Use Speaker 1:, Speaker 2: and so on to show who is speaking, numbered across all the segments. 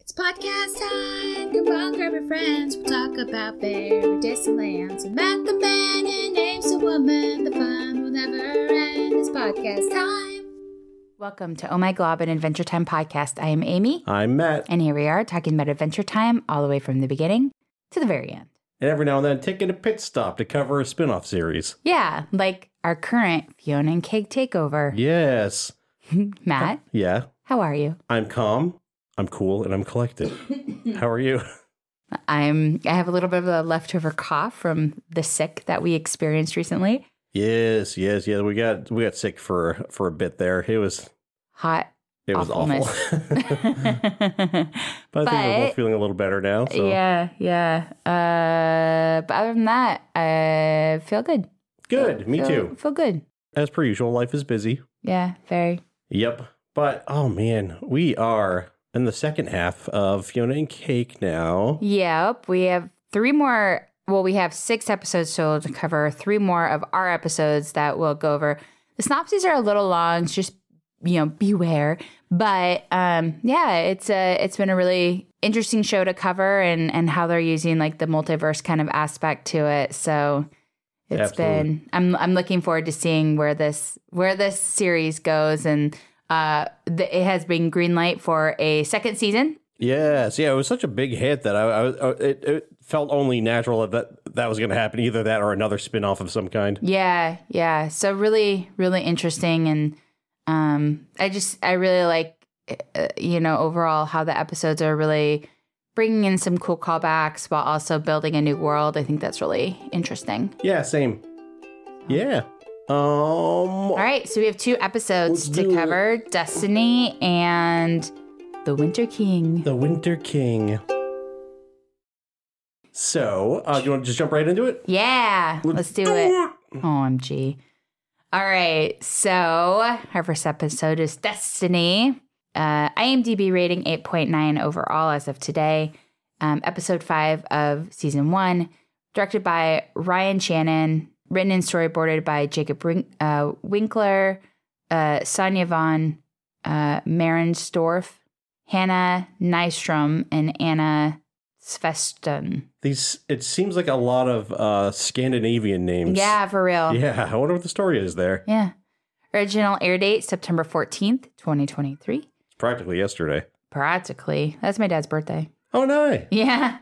Speaker 1: It's podcast time. Come on, grab your friends. We'll talk about fairy distant lands. We met the man and names the woman. The fun will never end. It's podcast time.
Speaker 2: Welcome to Oh My Glob and Adventure Time podcast. I am Amy,
Speaker 3: I'm Matt.
Speaker 2: and here we are talking about Adventure Time all the way from the beginning to the very end.
Speaker 3: And every now and then taking a pit stop to cover a spin off series.
Speaker 2: Yeah, like our current Fiona and Keg takeover.
Speaker 3: Yes.
Speaker 2: Matt,
Speaker 3: Yeah.
Speaker 2: how are you?
Speaker 3: I'm calm, I'm cool, and I'm collected. How are you?
Speaker 2: I'm. I have a little bit of a leftover cough from the sick that we experienced recently.
Speaker 3: Yes, yes, yes. We got we got sick for for a bit there. It was
Speaker 2: Hot.
Speaker 3: it was awful. but I think we're
Speaker 2: But-
Speaker 3: both feeling a little better now. So
Speaker 2: Yeah, yeah. Uh, but other than that, I feel good.
Speaker 3: good. Me
Speaker 2: Feel-
Speaker 3: too.
Speaker 2: Feel good.
Speaker 3: As per usual, life is busy.
Speaker 2: Yeah, very.
Speaker 3: Yep. But oh man, we are in the second half of Fiona and Cake now.
Speaker 2: Yep. We have three more. Well, we have six episodes, so to cover three more of our episodes that we'll go over. The synopses are a little long, so just you know, beware. But um, yeah, it's a it's been a really interesting show to cover, and and how they're using like the multiverse kind of aspect to it. So it's
Speaker 3: Absolutely.
Speaker 2: been I'm I'm looking forward to seeing where this where this series goes, and uh, the, it has been green light for a second season.
Speaker 3: Yes, yeah, it was such a big hit that I, I was- I- it, it felt only natural that that was going to happen, either that or another spin off of some kind.
Speaker 2: Yeah, yeah. So really, really interesting, and um, I just I really like uh, you know overall how the episodes are really bringing in some cool callbacks while also building a new world. I think that's really interesting.
Speaker 3: Yeah, same. Yeah. Um.
Speaker 2: All right, so we have two episodes
Speaker 3: Let's
Speaker 2: to
Speaker 3: do it.
Speaker 2: cover: Destiny and the Winter King.
Speaker 3: The Winter King. So, uh, you want to just jump right into it?
Speaker 2: Yeah, let's do it. OMG. All right. So our first episode is Destiny. Uh, IMDb rating 8.9 overall as of today. Um, episode five of season one, directed by Ryan Shannon, written and storyboarded by Jacob Wink- uh, Winkler, uh, Sonia Von uh, Marensdorf, Hannah Nystrom, and Anna Sveston.
Speaker 3: These. It seems like a lot of uh, Scandinavian names.
Speaker 2: Yeah, for real.
Speaker 3: Yeah. I wonder what the story is there.
Speaker 2: Yeah. Original air date September 14th, 2023.
Speaker 3: It's practically yesterday.
Speaker 2: Practically. That's my dad's birthday.
Speaker 3: Oh no!
Speaker 2: Yeah.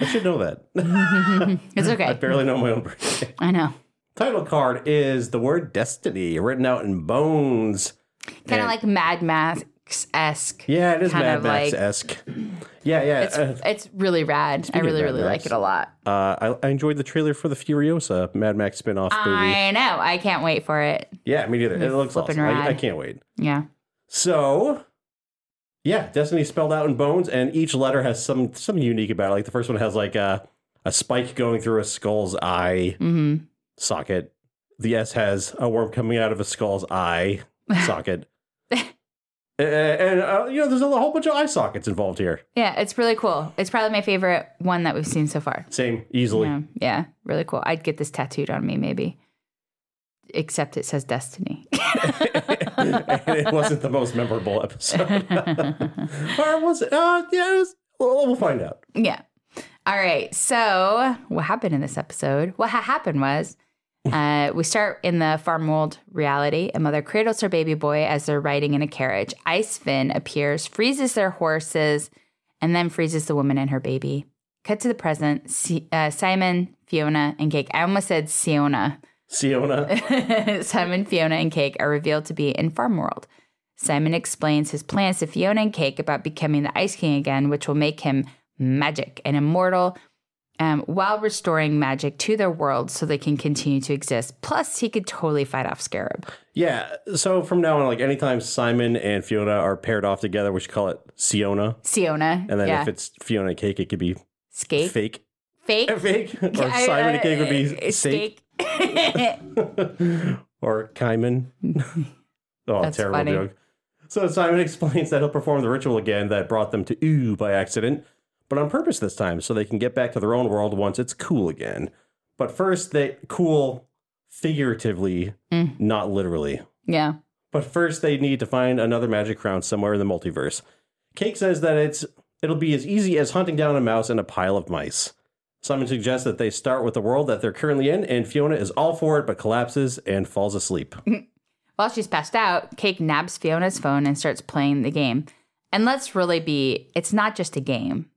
Speaker 3: I should know that.
Speaker 2: it's okay.
Speaker 3: I
Speaker 2: I,
Speaker 3: barely know my own birthday.
Speaker 2: know.
Speaker 3: Title card is the word destiny written out in bones.
Speaker 2: Kind of
Speaker 3: And-
Speaker 2: like Mad Max esque.
Speaker 3: yeah, it is
Speaker 2: kind
Speaker 3: Mad
Speaker 2: of
Speaker 3: Max
Speaker 2: like-
Speaker 3: esque. Yeah, yeah.
Speaker 2: It's,
Speaker 3: uh,
Speaker 2: it's really rad. I
Speaker 3: of
Speaker 2: really,
Speaker 3: Mad
Speaker 2: really
Speaker 3: Max,
Speaker 2: like it a lot.
Speaker 3: Uh, I, I enjoyed the trailer for the Furiosa Mad Max spinoff movie.
Speaker 2: I know. I can't wait for it.
Speaker 3: Yeah, me neither. It looks
Speaker 2: Flippin'
Speaker 3: awesome. I,
Speaker 2: rad.
Speaker 3: I can't wait.
Speaker 2: Yeah.
Speaker 3: So, yeah, Destiny spelled out in bones, and each letter has some something unique about it. Like the first one has like a a spike going through a skull's eye
Speaker 2: hmm
Speaker 3: socket. The S has a worm coming out of a skull's eye socket. Uh, and uh, you know, there's a whole bunch of eye sockets involved here.
Speaker 2: Yeah. It's really cool. It's probably my favorite one that we've seen so far.
Speaker 3: Same, easily.
Speaker 2: Yeah. Yeah. Really cool. I'd get this tattooed on me, maybe. Except it says Destiny.
Speaker 3: and it wasn't the most memorable episode. or was it? Uh, yeah, it was, well, we'll find out.
Speaker 2: Yeah. All right. So, what happened in this episode? What ha- happened was uh, we start in the farm world reality. A mother cradles her baby boy as they're riding in a carriage. Ice Finn appears, freezes their horses, and then freezes the woman and her baby. Cut to the present Si- uh, Simon, Fiona, and Cake. I almost said Siona.
Speaker 3: Siona.
Speaker 2: Simon, Fiona, and Cake are revealed to be in Farm World. Simon explains his plans to Fiona and Cake about becoming the Ice King again, which will make him magic and immortal um, while restoring magic to their world so they can continue to exist. Plus, he could totally fight off Scarab.
Speaker 3: Yeah. So from now on, like anytime Simon and Fiona are paired off together, we should call it Siona.
Speaker 2: Siona.
Speaker 3: And then
Speaker 2: yeah.
Speaker 3: if it's Fiona and Cake, it could be
Speaker 2: Skake.
Speaker 3: fake.
Speaker 2: Fake.
Speaker 3: Fake. Or
Speaker 2: I-
Speaker 3: Simon and
Speaker 2: uh,
Speaker 3: Cake would
Speaker 2: uh,
Speaker 3: be Sake.
Speaker 2: Skake.
Speaker 3: Or Kaiman. oh,
Speaker 2: That's
Speaker 3: terrible
Speaker 2: funny.
Speaker 3: joke. So Simon explains that he'll perform the ritual again that brought them to Ooh by accident, but on purpose this time, so they can get back to their own world once it's cool again. But first, they cool figuratively,
Speaker 2: Mm.
Speaker 3: not literally.
Speaker 2: yeah.
Speaker 3: But first, they need to find another magic crown somewhere in the multiverse. Cake says that it's It'll be as easy as hunting down a mouse in a pile of mice. Simon suggests that they start with the world that they're currently in, and Fiona is all for it but collapses and falls asleep.
Speaker 2: While she's passed out, Cake nabs Fiona's phone and starts playing the game. And let's really be, it's not just a game.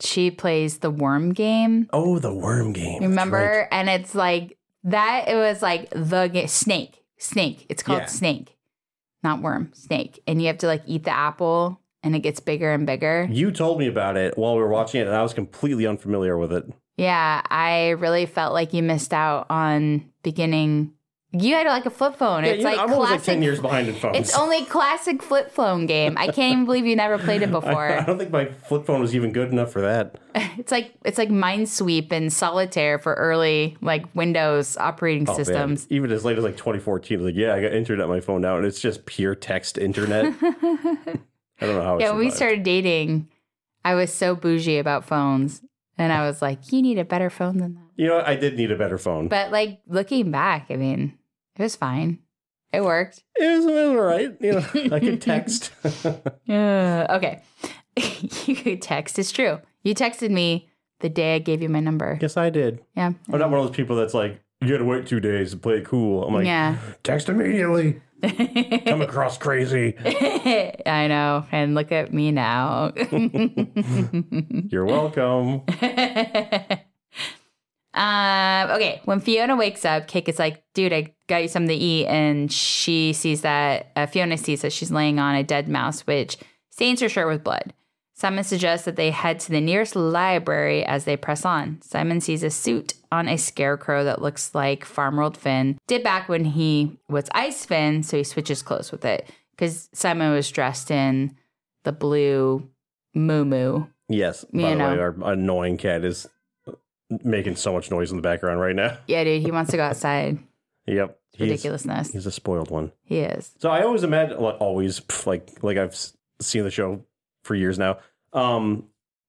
Speaker 2: She plays the worm game.
Speaker 3: Oh, the worm game. That's right.
Speaker 2: Remember? And it's like that. It was like the ga- snake, snake. It's called
Speaker 3: Yeah.
Speaker 2: snake, not worm, snake. And you have to like eat the apple, and it gets bigger and bigger.
Speaker 3: You told me about it while we were watching it, and I was completely unfamiliar with it.
Speaker 2: Yeah, I really felt like you missed out on beginning. You had like a flip phone.
Speaker 3: Yeah,
Speaker 2: it's
Speaker 3: you know,
Speaker 2: like
Speaker 3: I'm always
Speaker 2: classic.
Speaker 3: like 10 years behind in phones.
Speaker 2: It's only classic flip phone game. I can't even believe you never played it
Speaker 3: I, I
Speaker 2: before.
Speaker 3: don't think my flip phone was even good enough for that.
Speaker 2: It's like it's like Minesweep and Solitaire for early like Windows operating
Speaker 3: Oh, man.
Speaker 2: systems.
Speaker 3: Even as late as like 2014, like, yeah, I got internet on my phone now, and it's just pure text internet. I don't know how. I
Speaker 2: Yeah, when we
Speaker 3: survived.
Speaker 2: started dating, I was so bougie about phones. And I was like, you need a better phone than that.
Speaker 3: You know, I did need a better phone.
Speaker 2: But like looking back, I mean, it was fine. It worked.
Speaker 3: it, was, it was all right. You know, I could text.
Speaker 2: Uh, okay. you could text. It's true. You texted me the day I gave you my number.
Speaker 3: yes, I did.
Speaker 2: Yeah.
Speaker 3: I'm not one of those people that's like, you gotta wait two days to play it cool. I'm like,
Speaker 2: yeah.
Speaker 3: text immediately. Come across crazy.
Speaker 2: I know. And look at me now.
Speaker 3: You're welcome.
Speaker 2: Um, okay, when Fiona wakes up, Cake is like, dude, I got you something to eat. And she sees that, uh, Fiona sees that she's laying on a dead mouse, which stains her shirt with blood. Simon suggests that they head to the nearest library as they press on. Simon sees a suit on a scarecrow that looks like Farmworld Finn did back when he was Ice Finn, so he switches clothes with it because Simon was dressed in the blue moo moo.
Speaker 3: Yes. By
Speaker 2: You
Speaker 3: the way,
Speaker 2: know.
Speaker 3: our annoying cat is making so much noise in the background right now.
Speaker 2: Yeah, dude, he wants to go outside.
Speaker 3: Yep.
Speaker 2: It's
Speaker 3: He's-
Speaker 2: ridiculousness.
Speaker 3: He's a spoiled one.
Speaker 2: He is.
Speaker 3: So I always imagine, like, always, pff, like, like I've s- seen the show for years now. Um,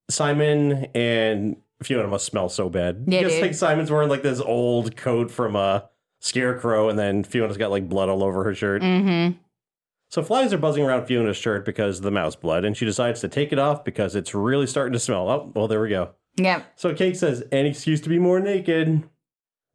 Speaker 3: Simon and Fiona must smell so bad.
Speaker 2: Yeah,
Speaker 3: Because
Speaker 2: dude.
Speaker 3: like Simon's wearing like this old coat from a scarecrow, and then Fiona's got like blood all over her shirt.
Speaker 2: Mm-hmm.
Speaker 3: So flies are buzzing around Fiona's shirt because of the mouse blood, and she decides to take it off because it's really starting to smell. Oh, well, there we go.
Speaker 2: Yep.
Speaker 3: So Cake says, any excuse to be more naked.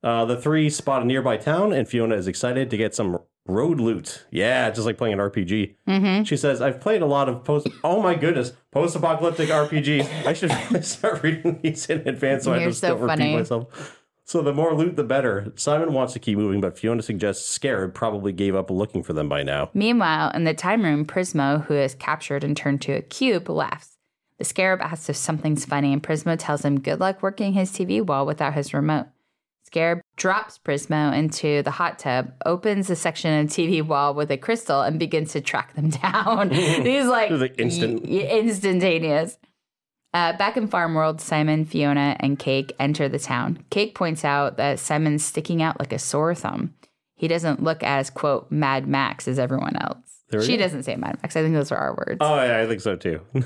Speaker 3: Uh, the three spot a nearby town, and Fiona is excited to get some road loot. Yeah, just like playing an RPG.
Speaker 2: Mm-hmm.
Speaker 3: She says, I've played a lot of post, oh my goodness, post apocalyptic RPGs. I should really start reading these in advance so I
Speaker 2: You're
Speaker 3: just
Speaker 2: so
Speaker 3: don't repeat
Speaker 2: funny.
Speaker 3: myself. So the more loot, the better. Simon wants to keep moving, but Fiona suggests Scarab probably gave up looking for them by now.
Speaker 2: Meanwhile, in the time room, Prismo, who is captured and turned to a cube, laughs. The scarab asks if something's funny, and Prismo tells him good luck working his TV wall without his remote. Scarab drops Prismo into the hot tub, opens a section of TV wall with a crystal, and begins to track them down. He's like,
Speaker 3: It's like instant.
Speaker 2: y- y- instantaneous. Uh, back in Farm World, Simon, Fiona, and Cake enter the town. Cake points out that Simon's sticking out like a sore thumb. He doesn't look as, quote, Mad Max as everyone else.
Speaker 3: There we
Speaker 2: She
Speaker 3: go.
Speaker 2: doesn't say Mad Max. I think those are our words.
Speaker 3: Oh, yeah, I think so too.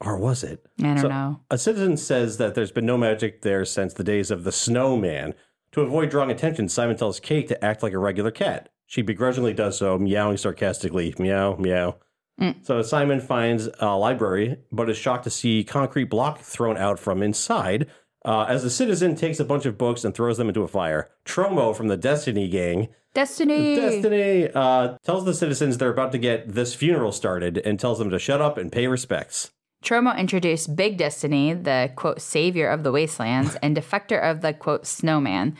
Speaker 3: or was it?
Speaker 2: I don't
Speaker 3: so-
Speaker 2: know.
Speaker 3: A citizen says that there's been no magic there since the days of the snowman. To avoid drawing attention, Simon tells Kate to act like a regular cat. She begrudgingly does so, meowing sarcastically, meow, meow.
Speaker 2: Mm.
Speaker 3: So Simon finds a library, but is shocked to see concrete block thrown out from inside. Uh, as the citizen takes a bunch of books and throws them into a fire, Tromo from the Destiny gang
Speaker 2: Destiny.
Speaker 3: Destiny uh, tells the citizens they're about to get this funeral started and tells them to shut up and pay respects.
Speaker 2: Tromo introduced Big Destiny, the quote savior of the wastelands and defector of the quote snowman.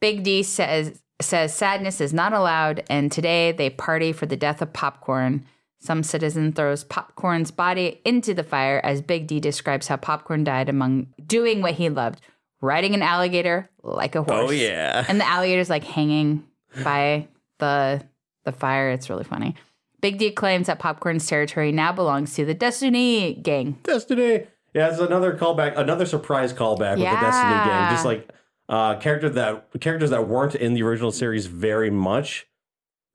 Speaker 2: Big D says says sadness is not allowed, and today they party for the death of Popcorn. Some citizen throws Popcorn's body into the fire as Big D describes how Popcorn died among doing what he loved, riding an alligator like a horse.
Speaker 3: Oh, yeah.
Speaker 2: And the alligator's like hanging by the the fire. It's really funny. Big D claims that Popcorn's territory now belongs to the Destiny gang.
Speaker 3: Destiny. Yeah, it's another callback, another surprise callback with the Destiny
Speaker 2: Yeah.
Speaker 3: game. Just like uh, character that characters that weren't in the original series very much,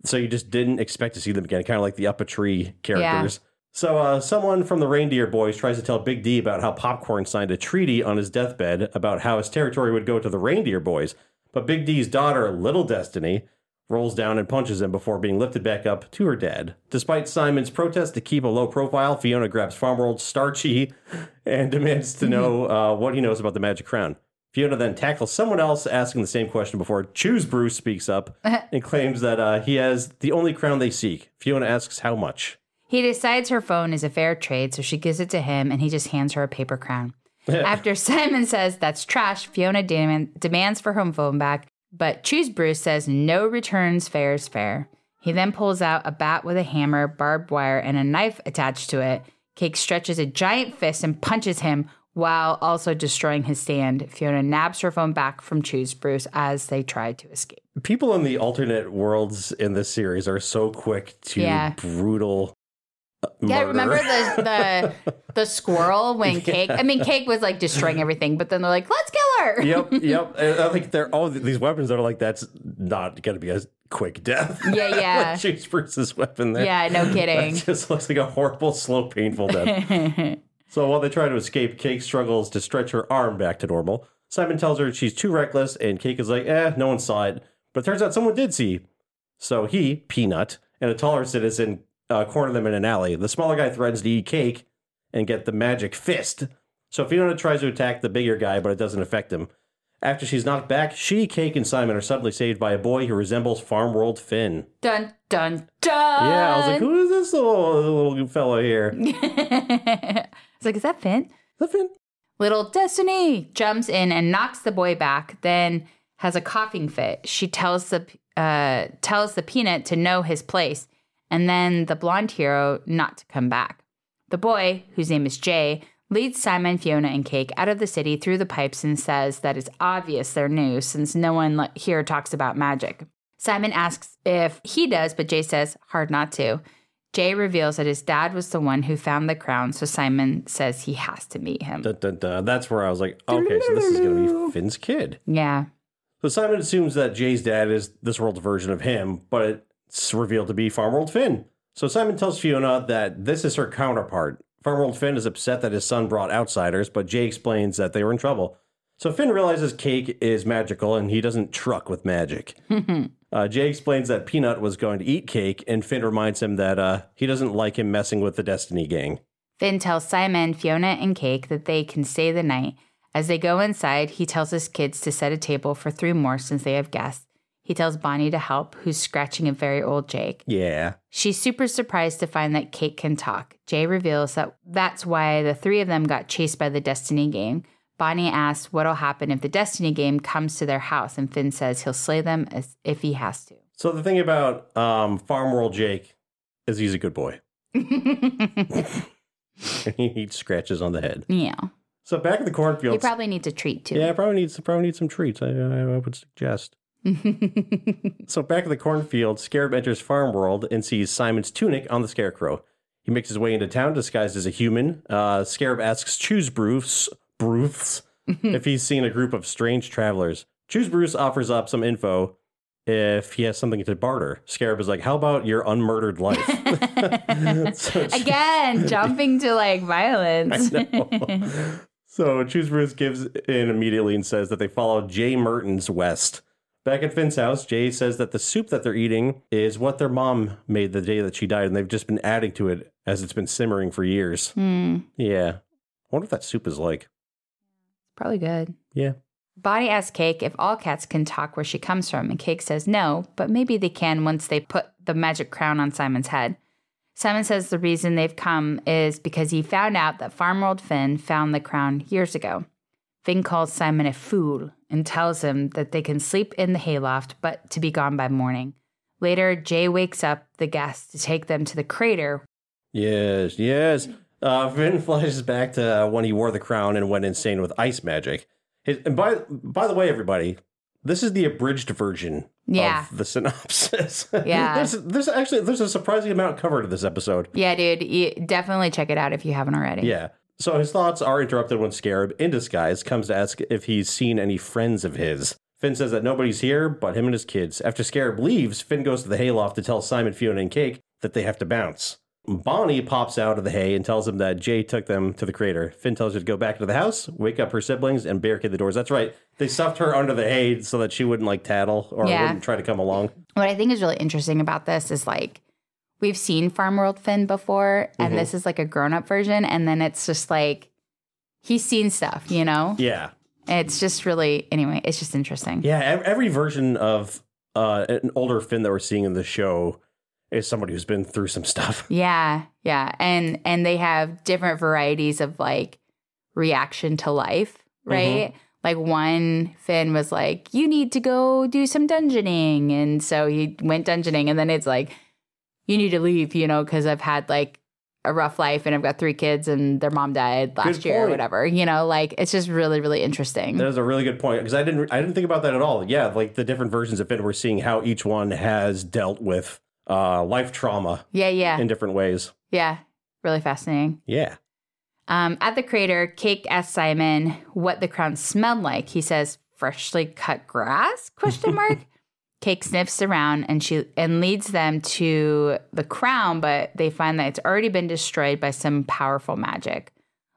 Speaker 3: so you just didn't expect to see them again. Kind of like the up a tree characters. So uh, someone from the Reindeer Boys tries to tell Big D about how Popcorn signed a treaty on his deathbed about how his territory would go to the Reindeer Boys, but Big D's daughter, Little Destiny, rolls down and punches him before being lifted back up to her dad. Despite Simon's protest to keep a low profile, Fiona grabs Farm World Starchy and demands to know uh, what he knows about the magic crown. Fiona then tackles someone else asking the same question before Choose Bruce speaks up and claims that uh, he has the only crown they seek. Fiona asks how much.
Speaker 2: He decides her phone is a fair trade, so she gives it to him and he just hands her a paper crown. After Simon says that's trash, Fiona dem- demands for her phone back, but Choose Bruce says no returns fair is fair. He then pulls out a bat with a hammer, barbed wire, and a knife attached to it. Cake stretches a giant fist and punches him while also destroying his stand. Fiona nabs her phone back from Choose Bruce as they try to escape.
Speaker 3: People in the alternate worlds in this series are so quick to
Speaker 2: Yeah.
Speaker 3: brutal. uh,
Speaker 2: Yeah,
Speaker 3: murder.
Speaker 2: remember the the the squirrel when Cake? I mean, Cake was like destroying everything, but then they're like, "Let's kill her."
Speaker 3: yep, yep. And I think they're all these weapons are like that's not going to be a quick death.
Speaker 2: Yeah, yeah.
Speaker 3: like choose Bruce's weapon there.
Speaker 2: Yeah, no
Speaker 3: That
Speaker 2: kidding.
Speaker 3: just looks like a horrible, slow, painful death. so while they try to escape, Cake struggles to stretch her arm back to normal. Simon tells her she's too reckless, and Cake is like, "Eh, no one saw it." But it turns out someone did see. So he, Peanut, and a taller citizen uh, corner them in an alley. The smaller guy threatens to eat Cake and get the magic fist. So Fiona tries to attack the bigger guy, but it doesn't affect him. After she's knocked back, she, Cake, and Simon are suddenly saved by a boy who resembles Farm World Finn.
Speaker 2: dun dun dun.
Speaker 3: Yeah, I was like, who is this little little fellow here?
Speaker 2: I was like, is that Finn?
Speaker 3: The Finn.
Speaker 2: Little Destiny jumps in and knocks the boy back, then has a coughing fit. She tells the uh, tells the peanut to know his place, and then the blonde hero not to come back. The boy, whose name is Jay, leads Simon, Fiona, and Cake out of the city through the pipes and says that it's obvious they're new since no one le- here talks about magic. Simon asks if he does, but Jay says hard not to. Jay reveals that his dad was the one who found the crown, so Simon says he has to meet him.
Speaker 3: Dun, dun, dun. That's where I was like, okay, so this is going to be Finn's kid.
Speaker 2: Yeah.
Speaker 3: So Simon assumes that Jay's dad is this world's version of him, but it's revealed to be Farm World Finn. So Simon tells Fiona that this is her counterpart. Farm World Finn is upset that his son brought outsiders, but Jay explains that they were in trouble. So Finn realizes Cake is magical and he doesn't truck with magic. Uh, Jay explains that Peanut was going to eat Cake, and Finn reminds him that uh, he doesn't like him messing with the Destiny Gang.
Speaker 2: Finn tells Simon, Fiona, and Cake that they can stay the night. As they go inside, he tells his kids to set a table for three more since they have guests. He tells Bonnie to help, who's scratching a very old Jake.
Speaker 3: Yeah.
Speaker 2: She's super surprised to find that Kate can talk. Jay reveals that that's why the three of them got chased by the Destiny game. Bonnie asks what'll happen if the Destiny game comes to their house, and Finn says he'll slay them as if he has to.
Speaker 3: So the thing about um, Farm World Jake is he's a good boy. he needs scratches on the head.
Speaker 2: yeah.
Speaker 3: So back at the
Speaker 2: He
Speaker 3: cornfield.
Speaker 2: probably needs a treat too.
Speaker 3: yeah, probably needs probably needs some treats. I, I, I would suggest. So back at the cornfield, Scarab enters Farm World and sees Simon's tunic on the Scarecrow. He makes his way into town disguised as a human. Uh, Scarab asks Choose Bruce, Bruce if he's seen a group of strange travelers. Choose Bruce offers up some info if he has something to barter. Scarab is like, "How about your unmurdered life?" So Choose-
Speaker 2: Again, jumping to like violence.
Speaker 3: know. so Choose Bruce gives in immediately and says that they follow Jay Mertens west. Back at Finn's house, Jay says that the soup that they're eating is what their mom made the day that she died, and they've just been adding to it as it's been simmering for years.
Speaker 2: Hmm,
Speaker 3: Yeah. I wonder what that soup is like.
Speaker 2: probably good.
Speaker 3: Yeah.
Speaker 2: Bonnie asks Cake if all cats can talk where she comes from, and Cake says no, but maybe they can once they put the magic crown on Simon's head. Simon says the reason they've come is because he found out that Farm World Finn found the crown years ago. Finn calls Simon a fool and tells him that they can sleep in the hayloft, but to be gone by morning. Later, Jay wakes up the guests to take them to the crater
Speaker 3: Yes, yes. Uh, Finn flashes back to uh, when he wore the crown and went insane with ice magic. His, and by by the way, everybody, this is the abridged version
Speaker 2: Yeah.
Speaker 3: of the synopsis.
Speaker 2: Yeah.
Speaker 3: there's there's actually there's a surprising amount covered in this episode.
Speaker 2: Yeah, dude, you definitely check it out if you haven't already.
Speaker 3: Yeah. So his thoughts are interrupted when Scarab, in disguise, comes to ask if he's seen any friends of his. Finn says that nobody's here but him and his kids. After Scarab leaves, Finn goes to the hayloft to tell Simon, Fiona, and Cake that they have to bounce. Bonnie pops out of the hay and tells him that Jay took them to the crater. Finn tells her to go back to the house, wake up her siblings, and barricade the doors. That's right. They stuffed her under the hay so that she wouldn't like tattle or
Speaker 2: Yeah.
Speaker 3: wouldn't try to come along.
Speaker 2: What I think is really interesting about this is like we've seen Farm World Finn before, and
Speaker 3: Mhm.
Speaker 2: this is like a grown up version, and then it's just like he's seen stuff, you know?
Speaker 3: Yeah.
Speaker 2: It's just really anyway, it's just interesting.
Speaker 3: Yeah, ev- every version of uh, an older Finn that we're seeing in the show is somebody who's been through some stuff.
Speaker 2: Yeah, yeah. And and they have different varieties of like reaction to life,
Speaker 3: Mm-hmm.
Speaker 2: right? Like one Finn was like, You need to go do some dungeoning. And so he went dungeoning and then it's like, you need to leave, you know, because I've had like a rough life and I've got three kids and their mom died last
Speaker 3: Good
Speaker 2: year or
Speaker 3: point.
Speaker 2: whatever. You know, like it's just really, really interesting.
Speaker 3: That is a really good point because I didn't re- I didn't think about that at all. Yeah, like the different versions of Finn, we're seeing how each one has dealt with uh, life trauma
Speaker 2: yeah, yeah.
Speaker 3: in different ways.
Speaker 2: yeah. Really fascinating.
Speaker 3: Yeah.
Speaker 2: Um, at the crater, Cake asks Simon what the crown smelled like. He says, "Freshly cut grass?" Question mark. Cake sniffs around and she and leads them to the crown, but they find that it's already been destroyed by some powerful magic.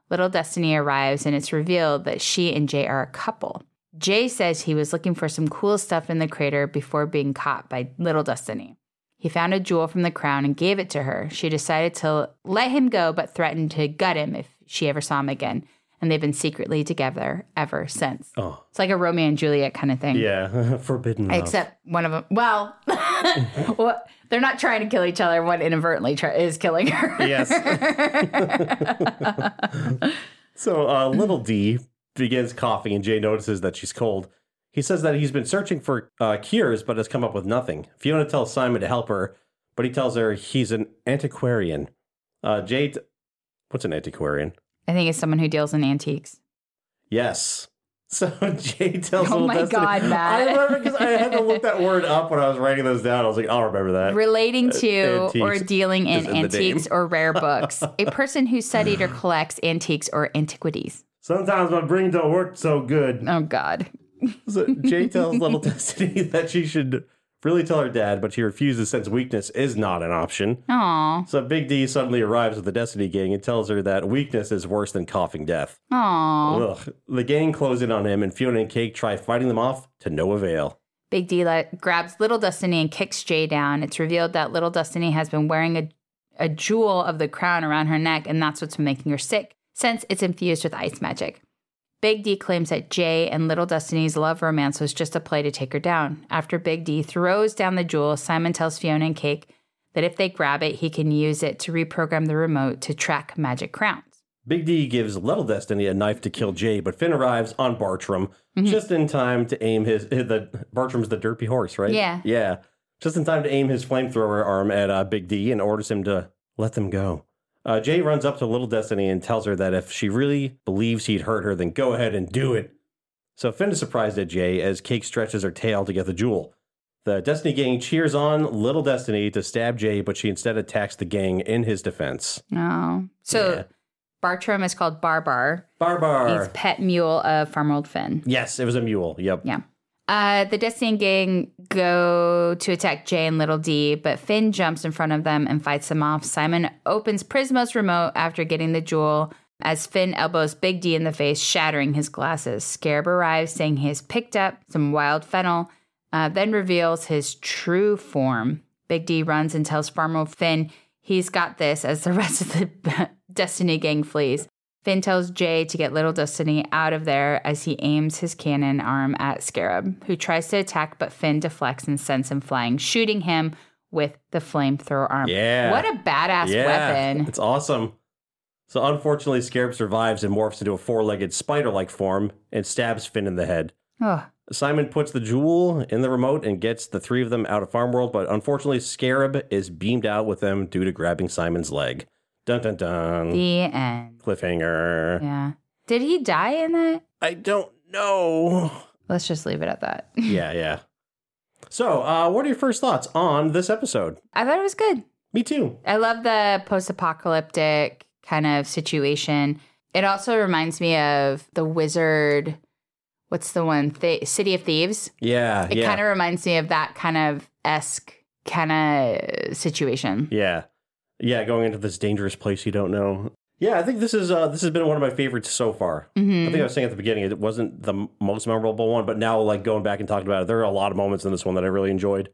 Speaker 2: Little Destiny arrives and it's revealed that she and Jay are a couple. Jay says he was looking for some cool stuff in the crater before being caught by Little Destiny. He found a jewel from the crown and gave it to her. She decided to let him go, but threatened to gut him if she ever saw him again. And they've been secretly together ever since.
Speaker 3: Oh.
Speaker 2: It's like a Romeo and Juliet kind of thing.
Speaker 3: Yeah. Forbidden. love.
Speaker 2: Except one of them, well, well, they're not trying to kill each other. One inadvertently try, is killing her.
Speaker 3: Yes. so uh, little D begins coughing, and Jay notices that she's cold. He says that he's been searching for uh, cures, but has come up with nothing. Fiona tells Simon to help her, but he tells her he's an antiquarian. Uh, Jay, t- what's an antiquarian?
Speaker 2: I think it's someone who deals in antiques.
Speaker 3: Yes. So Jay tells.
Speaker 2: Oh
Speaker 3: Little
Speaker 2: my
Speaker 3: Destiny-
Speaker 2: God, Matt.
Speaker 3: I remember because I had to look that word up when I was writing those down. I was like, I'll remember that.
Speaker 2: Relating
Speaker 3: Uh,
Speaker 2: to or
Speaker 3: antiques
Speaker 2: dealing in
Speaker 3: is in the
Speaker 2: antiques or rare books. A person who studied or collects antiques or antiquities.
Speaker 3: Sometimes my brain don't work so good.
Speaker 2: Oh, God.
Speaker 3: So Jay tells little Destiny that she should really tell her dad, but she refuses since weakness is not an option.
Speaker 2: Aw.
Speaker 3: So Big D suddenly arrives with the Destiny gang and tells her that weakness is worse than coughing death.
Speaker 2: Aw.
Speaker 3: Ugh. The gang close in on him, and Fiona and Cake try fighting them off to no avail.
Speaker 2: Big D li- grabs Little Destiny and kicks Jay down. It's revealed that Little Destiny has been wearing a, a jewel of the crown around her neck, and that's what's been making her sick, since it's infused with ice magic. Big D claims that Jay and Little Destiny's love romance was just a play to take her down. After Big D throws down the jewel, Simon tells Fiona and Cake that if they grab it, he can use it to reprogram the remote to track magic crowns.
Speaker 3: Big D gives Little Destiny a knife to kill Jay, but Finn arrives on Bartram
Speaker 2: Mm-hmm.
Speaker 3: just in time to aim his the Bartram's the derpy horse, right?
Speaker 2: Yeah.
Speaker 3: Yeah. Just in time to aim his flamethrower arm at uh, Big D and orders him to let them go. Uh, Jay runs up to Little Destiny and tells her that if she really believes he'd hurt her, then go ahead and do it. So Finn is surprised at Jay as Cake stretches her tail to get the jewel. The Destiny gang cheers on Little Destiny to stab Jay, but she instead attacks the gang in his defense.
Speaker 2: Oh. So
Speaker 3: Yeah.
Speaker 2: Bartram is called Barbar.
Speaker 3: Barbar.
Speaker 2: He's pet mule of Farmer Old Finn.
Speaker 3: Yes, it was a mule. Yep.
Speaker 2: Yeah. Uh, the Destiny gang go to attack Jay and Little D, but Finn jumps in front of them and fights them off. Simon opens Prismo's remote after getting the jewel as Finn elbows Big D in the face, shattering his glasses. Scarab arrives saying he has picked up some wild fennel, uh, then reveals his true form. Big D runs and tells Farmer Finn he's got this as the rest of the Destiny gang flees. Finn tells Jay to get Little Destiny out of there as he aims his cannon arm at Scarab, who tries to attack, but Finn deflects and sends him flying, shooting him with the flamethrower arm.
Speaker 3: Yeah.
Speaker 2: What a badass weapon.
Speaker 3: It's awesome. So unfortunately, Scarab survives and morphs into a four-legged spider-like form and stabs Finn in the head.
Speaker 2: Oh,
Speaker 3: Simon puts the jewel in the remote and gets the three of them out of Farm World, but unfortunately, Scarab is beamed out with them due to grabbing Simon's leg. Dun dun dun.
Speaker 2: the end.
Speaker 3: Cliffhanger.
Speaker 2: Yeah. Did he die in that?
Speaker 3: I don't know.
Speaker 2: Let's just leave it at that.
Speaker 3: yeah, yeah. So, uh, what are your first thoughts on this episode?
Speaker 2: I thought it was good.
Speaker 3: Me too.
Speaker 2: I love the post apocalyptic kind of situation. It also reminds me of the wizard. What's the one? Th- City of Thieves.
Speaker 3: Yeah,
Speaker 2: It
Speaker 3: yeah.
Speaker 2: kind of reminds me of that kind of esque kind of situation.
Speaker 3: Yeah. Yeah, going into this dangerous place you don't know. Yeah, I think this is uh, this has been one of my favorites so far.
Speaker 2: Mm-hmm.
Speaker 3: I think I was saying at the beginning it wasn't the m- most memorable one, but now like going back and talking about it, there are a lot of moments in this one that I really enjoyed.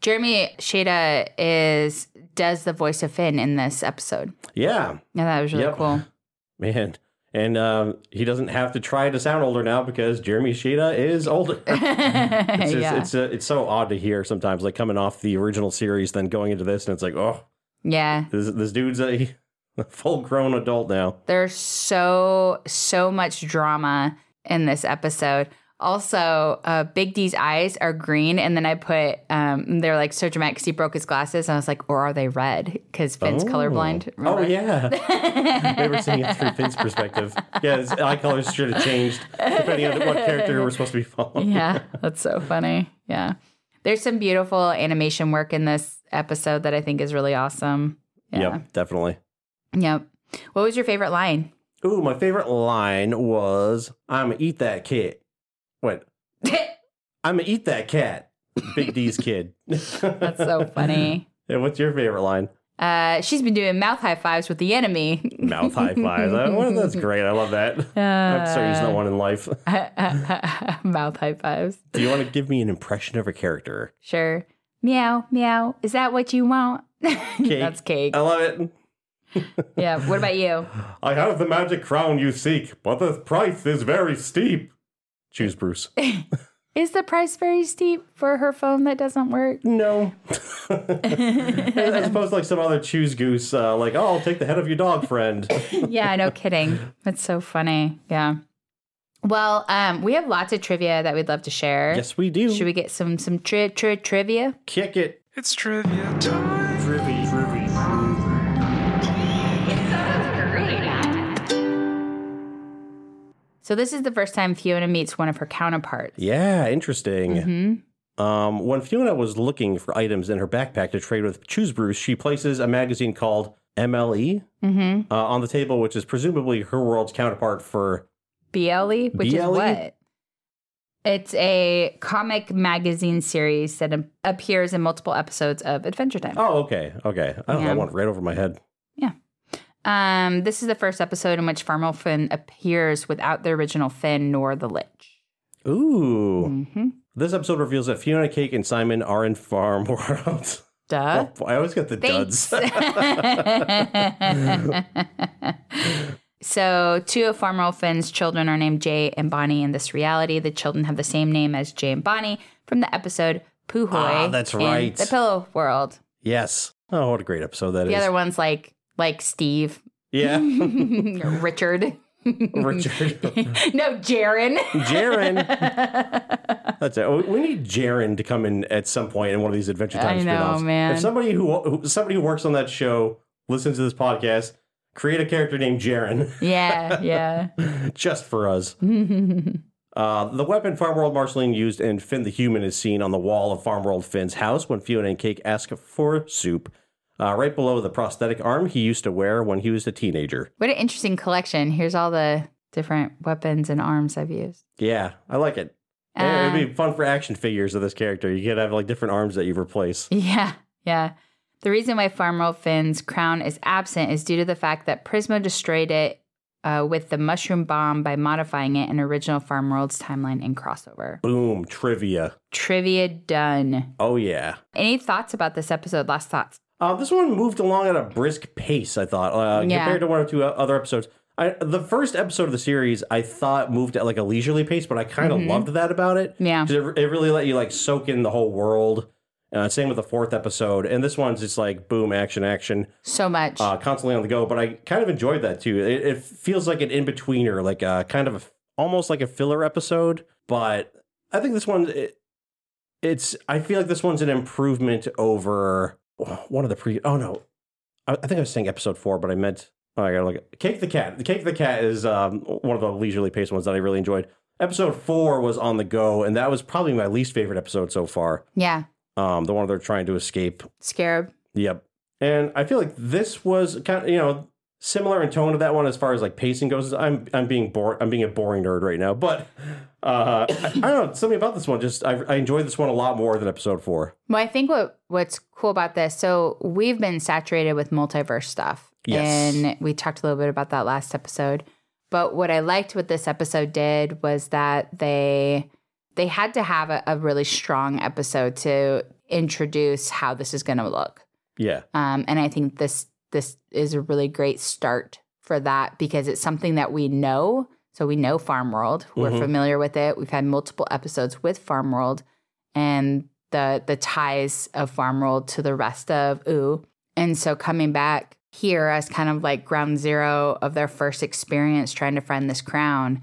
Speaker 2: Jeremy Shada is does the voice of Finn in this episode.
Speaker 3: Yeah,
Speaker 2: Yeah, that was really
Speaker 3: Yep.
Speaker 2: cool.
Speaker 3: man, and um, he doesn't have to try to sound older now because Jeremy Shida is older. It's just,
Speaker 2: yeah.
Speaker 3: it's uh, it's so odd to hear sometimes, like coming off the original series, then going into this, and it's like, oh,
Speaker 2: yeah.
Speaker 3: this this dude's a full grown adult now.
Speaker 2: There's so so much drama in this episode. Also, uh, Big D's eyes are green, and then I put um, they're like so dramatic because he broke his glasses. And I was like, or are they red? Because Finn's
Speaker 3: Oh.
Speaker 2: colorblind.
Speaker 3: Oh
Speaker 2: remember?
Speaker 3: yeah, we were seeing it through Finn's perspective. Yeah, his eye colors should have changed depending on what character we're supposed to be following.
Speaker 2: yeah, that's so funny. Yeah, there's some beautiful animation work in this episode that I think is really awesome. Yeah.
Speaker 3: Yep, definitely.
Speaker 2: Yep. What was your favorite line?
Speaker 3: Ooh, my favorite line was, "I'm gonna eat that kid." Wait, I'm gonna eat that cat. Big D's kid.
Speaker 2: That's so funny.
Speaker 3: Yeah, what's your favorite line?
Speaker 2: Uh, she's been doing mouth high fives with the enemy.
Speaker 3: Mouth high fives. I- well, that's great. I love that. I'm to start using that one in life.
Speaker 2: mouth high fives.
Speaker 3: Do you want to give me an impression of a character?
Speaker 2: Sure. Meow, meow. Is that what you want? That's cake.
Speaker 3: I love it.
Speaker 2: Yeah. What about you?
Speaker 3: I have the magic crown you seek, but the price is very steep. Choose Bruce.
Speaker 2: Is the price very steep for her phone that doesn't work?
Speaker 3: No. As opposed to like some other choose goose, uh, like, oh, I'll take the head of your dog, friend.
Speaker 2: yeah, no kidding. That's so funny. Yeah. Well, um, we have lots of trivia that we'd love to share.
Speaker 3: yes, we do.
Speaker 2: Should we get some some tri- tri- trivia?
Speaker 3: Kick it.
Speaker 4: It's trivia time.
Speaker 2: So this is the first time Fiona meets one of her counterparts.
Speaker 3: Yeah, interesting.
Speaker 2: hmm
Speaker 3: Um, when Fiona was looking for items in her backpack to trade with Choose Bruce, she places a magazine called MLE
Speaker 2: hmm
Speaker 3: uh, on the table, which is presumably her world's counterpart for
Speaker 2: BLE, E, which is
Speaker 3: BLE?
Speaker 2: what? It's a comic magazine series that a- appears in multiple episodes of Adventure Time.
Speaker 3: Oh, okay. Okay. I don't know.
Speaker 2: Yeah.
Speaker 3: That went right over my head.
Speaker 2: Um, this is the first episode in which Farmer Finn appears without the original Finn nor the Lich.
Speaker 3: Ooh.
Speaker 2: hmm
Speaker 3: This episode reveals that Fiona Cake and Simon are in Farm World.
Speaker 2: Duh.
Speaker 3: Oh, I always get the
Speaker 2: Thanks.
Speaker 3: duds.
Speaker 2: so, two of Farmer Finn's children are named Jay and Bonnie in this reality. The children have the same name as Jay and Bonnie from the episode Poohoy.
Speaker 3: Ah, that's
Speaker 2: in
Speaker 3: right.
Speaker 2: The Pillow World.
Speaker 3: yes. Oh, what a great episode that is.
Speaker 2: The other one's like like Steve,
Speaker 3: yeah.
Speaker 2: Richard.
Speaker 3: Richard.
Speaker 2: no, Jaren.
Speaker 3: Jaren. That's it. We- We need Jaren to come in at some point in one of these Adventure Time
Speaker 2: I know,
Speaker 3: spinoffs.
Speaker 2: man.
Speaker 3: If somebody who who- somebody who works on that show listens to this podcast, create a character named Jaren
Speaker 2: yeah, yeah.
Speaker 3: just for us. Uh, the weapon Farm World Marceline used and Finn the Human is seen on the wall of Farm World Finn's house when Fiona and Cake ask for soup, uh, right below the prosthetic arm he used to wear when he was a teenager.
Speaker 2: what an interesting collection. Here's all the different weapons and arms I've used.
Speaker 3: Yeah, I like it. Yeah, it'd
Speaker 2: Um,
Speaker 3: be fun for action figures of this character. You could have like different arms that you replace.
Speaker 2: Yeah, yeah. The reason why Farmer Finn's crown is absent is due to the fact that Prismo destroyed it uh, with the mushroom bomb by modifying it in original Farm World's timeline and crossover.
Speaker 3: Boom, trivia.
Speaker 2: Trivia done.
Speaker 3: Oh yeah.
Speaker 2: Any thoughts about this episode? Last thoughts?
Speaker 3: Uh, this one moved along at a brisk pace, I thought, uh,
Speaker 2: Yeah.
Speaker 3: compared to one or two o- other episodes. I, the first episode of the series, I thought moved at like a leisurely pace, but I kind of loved that about it.
Speaker 2: Mm-hmm. Yeah.
Speaker 3: 'Cause It, it really let you like soak in the whole world. Uh, same with the fourth episode, and this one's just like boom, action, action,
Speaker 2: So much.
Speaker 3: uh, constantly on the go. But I kind of enjoyed that too. It, it feels like an in betweener, like a kind of a, almost like a filler episode. But I think this one, it, it's I feel like this one's an improvement over oh, one of the pre. Oh no, I, I think I was saying episode four, but I meant oh, I gotta look. At, Cake the cat. The Cake the cat is um, one of the leisurely paced ones that I really enjoyed. Episode four was on the go, and that was probably my least favorite episode so far.
Speaker 2: yeah.
Speaker 3: Um, the one they're trying to escape
Speaker 2: Scarab.
Speaker 3: Yep. And I feel like this was kind of, you know, similar in tone to that one as far as like pacing goes. I'm I'm being bored I'm being a boring nerd right now, but Uh, I, I don't know something about this one. Just I, I enjoyed this one a lot more than episode four.
Speaker 2: Well, I think what what's cool about this, so we've been saturated with multiverse stuff.
Speaker 3: Yes.
Speaker 2: And we talked a little bit about that last episode. But what I liked what this episode did was that they they had to have a, a really strong episode to introduce how this is gonna look.
Speaker 3: Yeah,
Speaker 2: Um, and I think this this is a really great start for that because it's something that we know. So we know Farm World. We're
Speaker 3: Mhm.
Speaker 2: familiar with it. We've had multiple episodes with Farm World and the the ties of Farm World to the rest of Ooh. And so coming back here as kind of like ground zero of their first experience trying to find this crown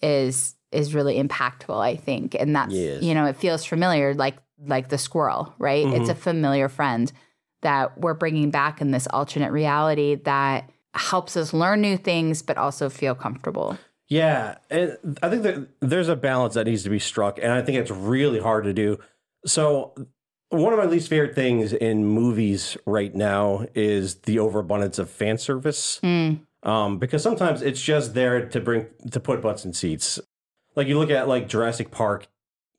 Speaker 2: is is really impactful, I think. And that's
Speaker 3: Yes.
Speaker 2: you know, it feels familiar like like the squirrel, right? It's
Speaker 3: Mm-hmm.
Speaker 2: a familiar friend that we're bringing back in this alternate reality that helps us learn new things but also feel comfortable.
Speaker 3: yeah. And I think that there's a balance that needs to be struck, and I think it's really hard to do. So one of my least favorite things in movies right now is the overabundance of fan service.
Speaker 2: Hmm.
Speaker 3: um, because sometimes it's just there to bring to put butts in seats. Like you look at like Jurassic Park,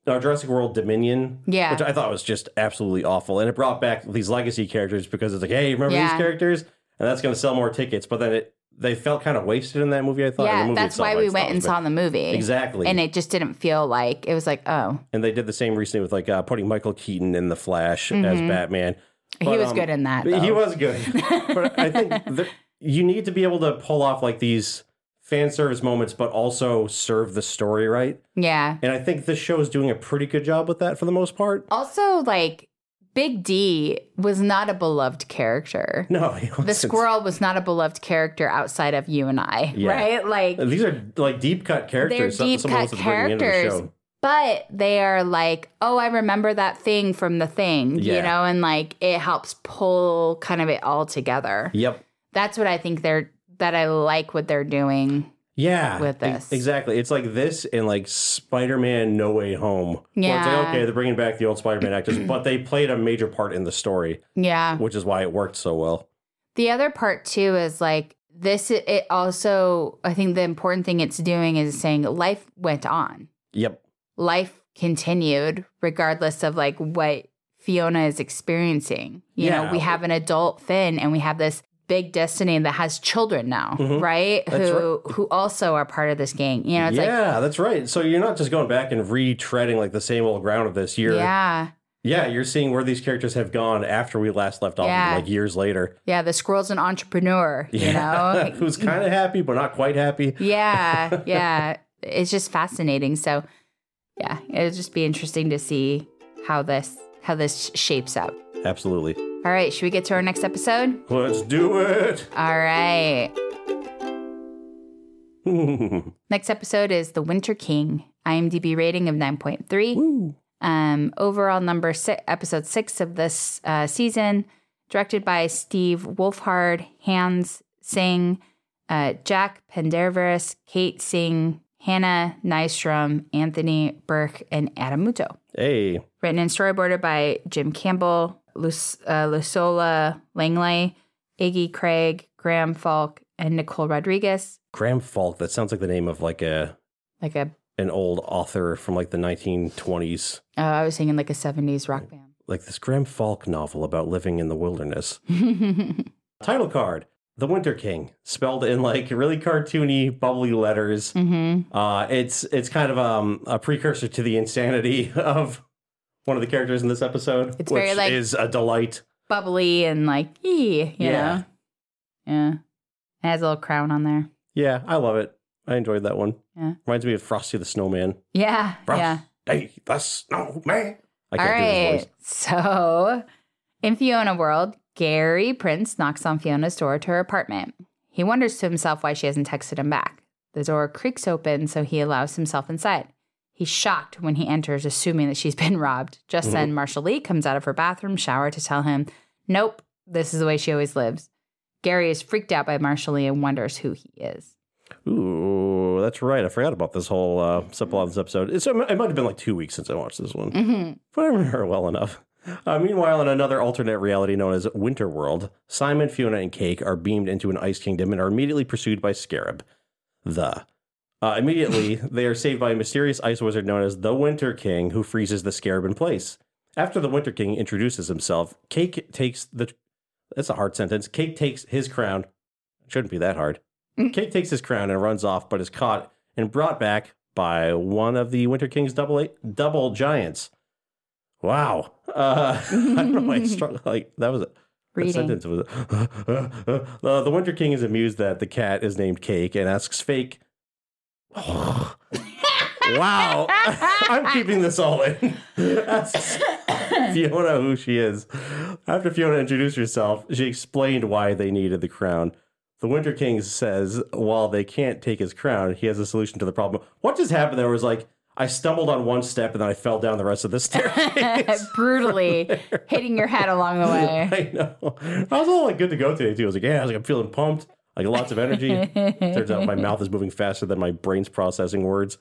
Speaker 3: or Jurassic World Dominion,
Speaker 2: Yeah.
Speaker 3: which I thought was just absolutely awful, and it brought back these legacy characters because it's like, hey, remember
Speaker 2: Yeah.
Speaker 3: these characters, and that's going to sell more tickets. But then it they felt kind of wasted in that movie. I thought, and the
Speaker 2: yeah,
Speaker 3: movie
Speaker 2: that's
Speaker 3: itself,
Speaker 2: why
Speaker 3: I
Speaker 2: we
Speaker 3: just
Speaker 2: went
Speaker 3: thought
Speaker 2: and
Speaker 3: was
Speaker 2: saw the movie.
Speaker 3: bad. exactly,
Speaker 2: And it just didn't feel like it was like, oh,
Speaker 3: and they did the same recently with like uh, putting Michael Keaton in the Flash as
Speaker 2: Mm-hmm.
Speaker 3: Batman.
Speaker 2: he
Speaker 3: But,
Speaker 2: was
Speaker 3: um,
Speaker 2: good in that.
Speaker 3: But He
Speaker 2: though.
Speaker 3: was good. but I think there, you need to be able to pull off like these fan service moments, but also serve the story right.
Speaker 2: Yeah.
Speaker 3: And I think this show is doing a pretty good job with that for the most part.
Speaker 2: Also like Big D was not a beloved character.
Speaker 3: No, he
Speaker 2: The
Speaker 3: wasn't.
Speaker 2: squirrel was not a beloved character outside of you and I,
Speaker 3: Yeah.
Speaker 2: right? Like
Speaker 3: These are like deep cut characters.
Speaker 2: They're
Speaker 3: some-
Speaker 2: deep-cut
Speaker 3: someone else is bringing into the
Speaker 2: characters.
Speaker 3: show.
Speaker 2: but they are like, oh, I remember that thing from the thing, you
Speaker 3: Yeah.
Speaker 2: know, and like it helps pull kind of it all together.
Speaker 3: Yep.
Speaker 2: That's what I think they're that I like what they're doing.
Speaker 3: Yeah.
Speaker 2: With
Speaker 3: e-
Speaker 2: this.
Speaker 3: exactly. It's like this and like Spider Man No Way Home. Where it's
Speaker 2: Yeah.
Speaker 3: like, okay, they're bringing back the old Spider Man actors, but they played a major part in the story,
Speaker 2: Yeah.
Speaker 3: which is why it worked so well.
Speaker 2: The other part too is like this it also I think the important thing it's doing is saying life went on.
Speaker 3: Yep.
Speaker 2: Life continued regardless of like what Fiona is experiencing. You know,
Speaker 3: Yeah.
Speaker 2: we have an adult Finn and we have this big destiny that has children now,
Speaker 3: Mhm.
Speaker 2: right?
Speaker 3: That's
Speaker 2: who who also are part of this gang. You know, it's like
Speaker 3: yeah, that's right. So you're not just going back and retreading like the same old ground of this. You're yeah,
Speaker 2: yeah.
Speaker 3: you're seeing where these characters have gone after we last left off,
Speaker 2: Yeah.
Speaker 3: like years later.
Speaker 2: Yeah, the squirrel's an entrepreneur, you know.
Speaker 3: who's kind of happy but not quite happy.
Speaker 2: Yeah, yeah. it's just fascinating. So, yeah, it'll just be interesting to see how this how this shapes up.
Speaker 3: Absolutely.
Speaker 2: All right, should we get to our next episode?
Speaker 3: Let's do it.
Speaker 2: All right. Next episode is The Winter King. IMDb rating of 9.3.
Speaker 3: Woo.
Speaker 2: Um, overall number six, episode six of this uh, season, directed by Steve Wolfhard, Hans Singh, uh, Jack Penderveris, Kate Singh, Hannah Nystrom, Anthony Burke, and Adam Muto.
Speaker 3: Hey,
Speaker 2: Written and storyboarded by Jim Campbell, Lus- uh, Lusola Langley, Iggy Craig, Graham Falk, and Nicole Rodriguez.
Speaker 3: Graham Falk. That sounds like the name of like a
Speaker 2: Like a
Speaker 3: an old author from like the 1920s.
Speaker 2: Oh, I was singing like a 70s rock
Speaker 3: Like this Graham Falk novel about living in the wilderness.
Speaker 2: band.
Speaker 3: Title card: The Winter King, spelled in like really cartoony, bubbly letters.
Speaker 2: hmm
Speaker 3: Uh, it's it's kind of um, a precursor to the insanity of one of the characters in this episode,
Speaker 2: It's
Speaker 3: which
Speaker 2: very, like-
Speaker 3: is a delight.
Speaker 2: Bubbly and like, ee, you
Speaker 3: Yeah.
Speaker 2: know? Yeah. It has a little crown on there.
Speaker 3: Yeah, I love it. I enjoyed that one.
Speaker 2: Yeah.
Speaker 3: Reminds me of Frosty the Snowman.
Speaker 2: Yeah.
Speaker 3: Frosty
Speaker 2: Yeah.
Speaker 3: the Snowman. I
Speaker 2: All
Speaker 3: can't do his
Speaker 2: right.
Speaker 3: voice.
Speaker 2: So in Fiona World, Gary Prince knocks on Fiona's door to her apartment. He wonders to himself why she hasn't texted him back. The door creaks open, so he allows himself inside. He's shocked when he enters, assuming that she's been robbed. Just
Speaker 3: Mm-hmm.
Speaker 2: then, Marshall Lee comes out of her bathroom shower to tell him, Nope, this is the way she always lives. Gary is freaked out by Marshall Lee and wonders who he is.
Speaker 3: Ooh, that's right. I forgot about this whole uh, subplot of this episode. It's, um, it might have been like two weeks since I watched this one,
Speaker 2: Mhm.
Speaker 3: but I remember it well enough. Uh, meanwhile, in another alternate reality known as Winter World, Simon, Fiona, and Cake are beamed into an ice kingdom and are immediately pursued by Scarab. The Uh, immediately, they are saved by a mysterious ice wizard known as the Winter King, who freezes the scarab in place. After the Winter King introduces himself, Cake takes the. That's a hard sentence. Cake takes his crown. Shouldn't be that hard. Cake takes his crown and runs off, but is caught and brought back by one of the Winter King's double eight, double giants. Wow. Uh, I don't know why I struggled. Like, that was a that
Speaker 2: Reading.
Speaker 3: sentence was. Uh, the Winter King is amused that the cat is named Cake and asks Fake. wow. I'm keeping this all in. Asks Fiona who she is. After Fiona introduced herself, she explained why they needed the crown. The Winter King says, while they can't take his crown, he has a solution to the problem. What just happened there was like, I stumbled on one step and then I fell down the rest of the staircase.
Speaker 2: Brutally hitting your head along the way.
Speaker 3: I know. I was all like good to go today too. I was like, yeah, I was like, I'm feeling pumped. Like lots of energy. Turns out my mouth is moving faster than my brain's processing words.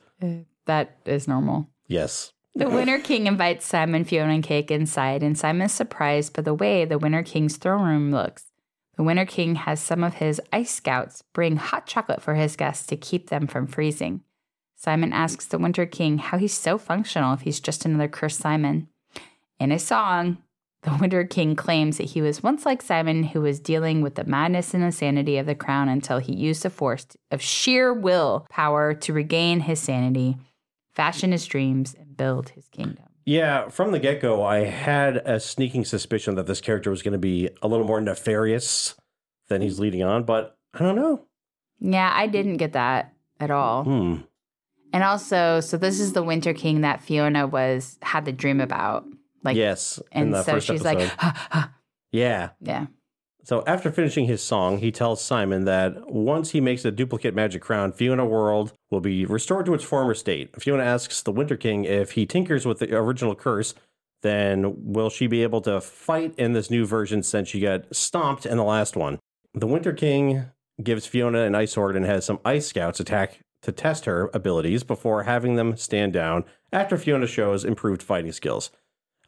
Speaker 2: That is normal.
Speaker 3: Yes.
Speaker 2: The Winter King invites Simon, Fiona, and Cake inside, and Simon is surprised by the way the Winter King's throne room looks. The Winter King has some of his ice scouts bring hot chocolate for his guests to keep them from freezing. Simon asks the Winter King how he's so functional if he's just another cursed Simon. In a song, the Winter King claims that he was once like Simon, who was dealing with the madness and insanity of the crown until he used the force of sheer will power to regain his sanity, fashion his dreams, and build his kingdom.
Speaker 3: Yeah, from the get go, I had a sneaking suspicion that this character was going to be a little more nefarious than he's leading on, but I don't know.
Speaker 2: Yeah, I didn't get that at all.
Speaker 3: Hmm.
Speaker 2: And also, so this is the Winter King that Fiona was had the dream about. Like,
Speaker 3: yes. in
Speaker 2: and
Speaker 3: the
Speaker 2: so
Speaker 3: first
Speaker 2: she's like,
Speaker 3: episode. yeah.
Speaker 2: yeah,
Speaker 3: So after finishing his song, he tells Simon that once he makes a duplicate magic crown, Fiona World will be restored to its former state. Fiona asks the Winter King if he tinkers with the original curse, then will she be able to fight in this new version since she got stomped in the last one? The Winter King gives Fiona an ice sword and has some ice scouts attack to test her abilities before having them stand down after Fiona shows improved fighting skills.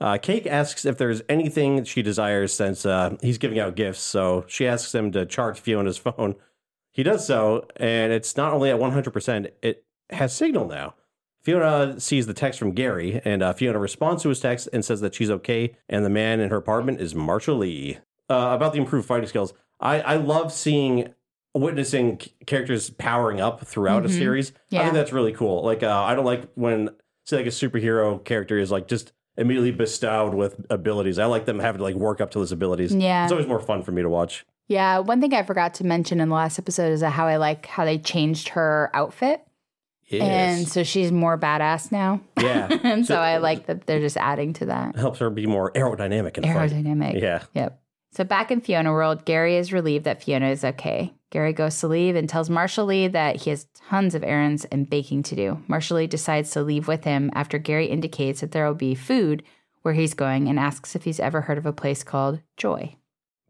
Speaker 3: Uh, Cake asks if there's anything she desires since uh, he's giving out gifts, so she asks him to charge Fiona's phone. He does so, and it's not only at 100%, it has signal now. Fiona sees the text from Gary, and uh, Fiona responds to his text and says that she's okay, and the man in her apartment is Marshall Lee. Uh, about the improved fighting skills, I, I love seeing, witnessing c- characters powering up throughout
Speaker 2: Mhm.
Speaker 3: a series. I
Speaker 2: Yeah.
Speaker 3: think that's really cool. Like, uh, I don't like when, say, like a superhero character is like just immediately bestowed with abilities. I like them having to like work up to those abilities.
Speaker 2: yeah.
Speaker 3: It's always more fun for me to watch.
Speaker 2: Yeah, one thing I forgot to mention in the last episode is how I like how they changed her outfit. And so she's more badass now.
Speaker 3: yeah,
Speaker 2: and so I like that they're just adding to that.
Speaker 3: helps her be more aerodynamic and fun.
Speaker 2: Aerodynamic.
Speaker 3: Yeah.
Speaker 2: Yep. So back in Fiona World, Gary is relieved that Fiona is okay. Gary goes to leave and tells Marshall Lee that he has tons of errands and baking to do. Marshall Lee decides to leave with him after Gary indicates that there will be food where he's going and asks if he's ever heard of a place called Joy.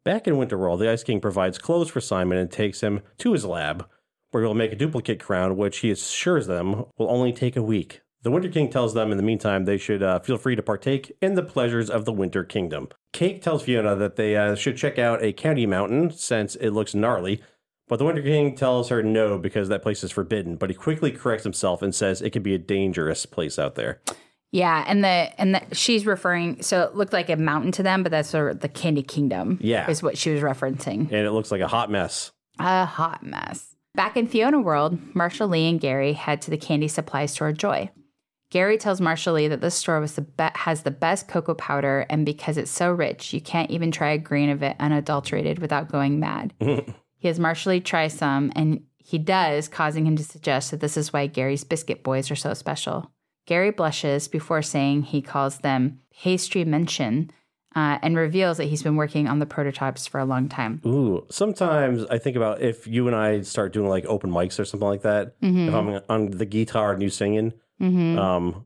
Speaker 3: Back in Winterworld, the Ice King provides clothes for Simon and takes him to his lab, where he'll make a duplicate crown, which he assures them will only take a week. The Winter King tells them in the meantime they should uh, feel free to partake in the pleasures of the Winter Kingdom. Cake tells Fiona that they uh, should check out a candy mountain since it looks gnarly, but the Winter King tells her no because that place is forbidden, but he quickly corrects himself and says it could be a dangerous place out there.
Speaker 2: Yeah, and the and the, she's referring. So it looked like a mountain to them, but that's sort of the Candy Kingdom.
Speaker 3: Yeah.
Speaker 2: is what she was referencing.
Speaker 3: And it looks like a hot mess.
Speaker 2: A hot mess. Back in Fiona World, Marshall Lee and Gary head to the candy supply store Joy. Gary tells Marshall Lee that this store was the be- has the best cocoa powder, and because it's so rich, you can't even try a grain of it unadulterated without going mad. he has Marshall Lee try some, and he does, causing him to suggest that this is why Gary's biscuit boys are so special. Gary blushes before saying he calls them pastry mention uh, and reveals that he's been working on the prototypes for a long time.
Speaker 3: Ooh, sometimes I think about if you and I start doing like open mics or something like that.
Speaker 2: Mhm.
Speaker 3: If I'm on the guitar and you singing,
Speaker 2: Mm-hmm.
Speaker 3: um,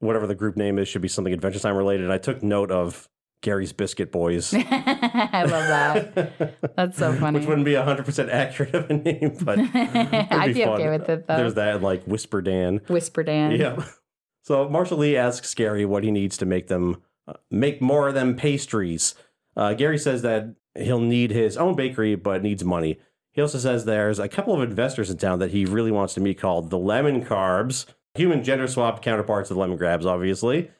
Speaker 3: whatever the group name is, should be something Adventure Time related. I took note of Gary's Biscuit Boys.
Speaker 2: I love that. That's so funny.
Speaker 3: Which wouldn't be 100% accurate of a name, but it'd
Speaker 2: I'd be okay
Speaker 3: fun.
Speaker 2: with it, though.
Speaker 3: There's that and like Whisper Dan.
Speaker 2: Whisper Dan.
Speaker 3: Yeah. So Marshall Lee asks Gary what he needs to make them uh, make more of them pastries. Uh, Gary says that he'll need his own bakery, but needs money. He also says there's a couple of investors in town that he really wants to meet called the Lemon Carbs, human gender swapped counterparts of the Lemon Grabs, obviously,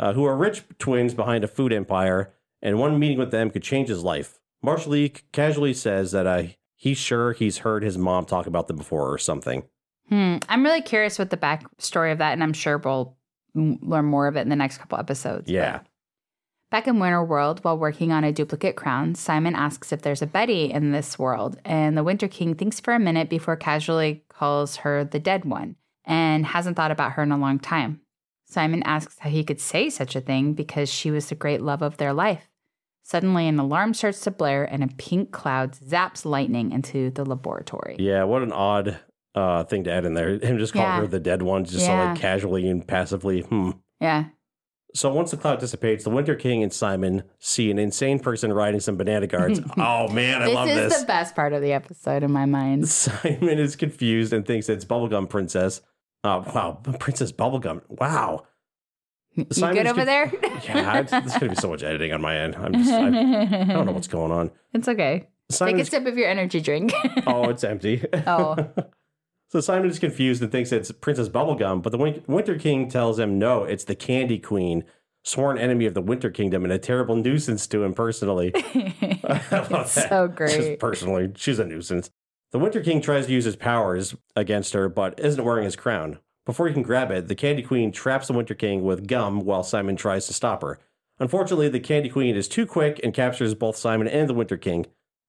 Speaker 3: uh, who are rich twins behind a food empire, and one meeting with them could change his life. Marshall Lee c- casually says that uh, he's sure he's heard his mom talk about them before or something.
Speaker 2: Hmm. I'm really curious what the backstory of that, and I'm sure we'll m- learn more of it in the next couple episodes. but-
Speaker 3: Yeah.
Speaker 2: Back in Winter World, while working on a duplicate crown, Simon asks if there's a Betty in this world, and the Winter King thinks for a minute before casually calls her the dead one and hasn't thought about her in a long time. Simon asks how he could say such a thing because she was the great love of their life. Suddenly, an alarm starts to blare and a pink cloud zaps lightning into the laboratory.
Speaker 3: Yeah, what an odd uh, thing to add in there. Him just calling
Speaker 2: Yeah.
Speaker 3: her the dead one, just so,
Speaker 2: Yeah.
Speaker 3: like casually and passively. Hmm.
Speaker 2: Yeah.
Speaker 3: So once the cloud dissipates, the Winter King and Simon see an insane person riding some banana guards. oh man, I
Speaker 2: this
Speaker 3: love
Speaker 2: is
Speaker 3: this.
Speaker 2: the best part of the episode in my mind.
Speaker 3: Simon is confused and thinks it's Bubblegum Princess. Oh, wow, Princess Bubblegum. Wow.
Speaker 2: you
Speaker 3: Simon's
Speaker 2: good over
Speaker 3: conf-
Speaker 2: there?
Speaker 3: Yeah, it's, there's going to be so much editing on my end. I'm just, I, I don't know what's going on.
Speaker 2: It's okay. Take a
Speaker 3: Simon's,
Speaker 2: sip of your energy drink.
Speaker 3: oh, it's empty.
Speaker 2: Oh.
Speaker 3: so Simon is confused and thinks it's Princess Bubblegum, but the Win- Winter King tells him no, it's the Candy Queen, sworn enemy of the Winter Kingdom and a terrible nuisance to him personally. I love
Speaker 2: It's
Speaker 3: that.
Speaker 2: so
Speaker 3: Just
Speaker 2: great.
Speaker 3: personally, she's a nuisance. The Winter King tries to use his powers against her, but isn't wearing his crown. Before he can grab it, the Candy Queen traps the Winter King with gum while Simon tries to stop her. Unfortunately, the Candy Queen is too quick and captures both Simon and the Winter King.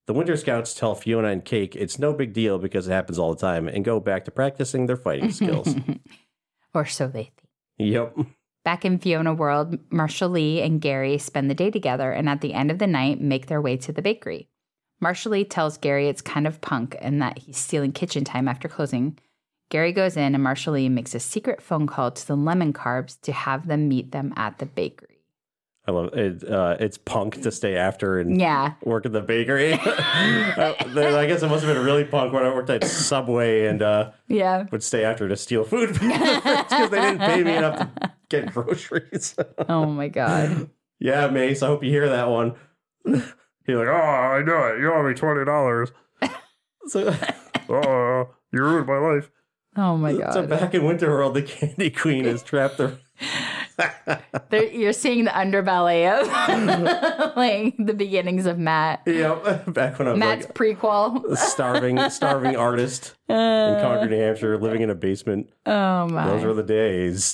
Speaker 3: The Winter Scouts tell Fiona and Cake it's no big deal because it happens all the time and go back to practicing their fighting skills.
Speaker 2: or so they think.
Speaker 3: yep.
Speaker 2: Back in Fiona World, Marshall Lee and Gary spend the day together and at the end of the night make their way to the bakery. Marshall Lee tells Gary it's kind of punk and that he's stealing kitchen time after closing. Gary goes in and Marshall Lee makes a secret phone call to the Lemon Carbs to have them meet them at the bakery.
Speaker 3: I love it. Uh, it's punk to stay after and
Speaker 2: Yeah.
Speaker 3: work at the bakery. Uh, then I guess it must have been really punk when I worked at Subway and uh,
Speaker 2: Yeah.
Speaker 3: would stay after to steal food because they didn't pay me enough to get groceries.
Speaker 2: Oh my God.
Speaker 3: yeah, Mace, I hope you hear that one. You're like, oh, I know it. You owe me twenty dollars. so, oh, you ruined my life.
Speaker 2: Oh my God.
Speaker 3: So back in Winterworld, the Candy Queen is trapped there.
Speaker 2: There, you're seeing the underbelly of like the beginnings of Matt.
Speaker 3: yeah, back when I was
Speaker 2: Matt's
Speaker 3: like
Speaker 2: prequel.
Speaker 3: a starving, starving artist in
Speaker 2: Uh.
Speaker 3: Concord, New Hampshire, living in a basement.
Speaker 2: Oh
Speaker 3: Those
Speaker 2: my.
Speaker 3: were the days.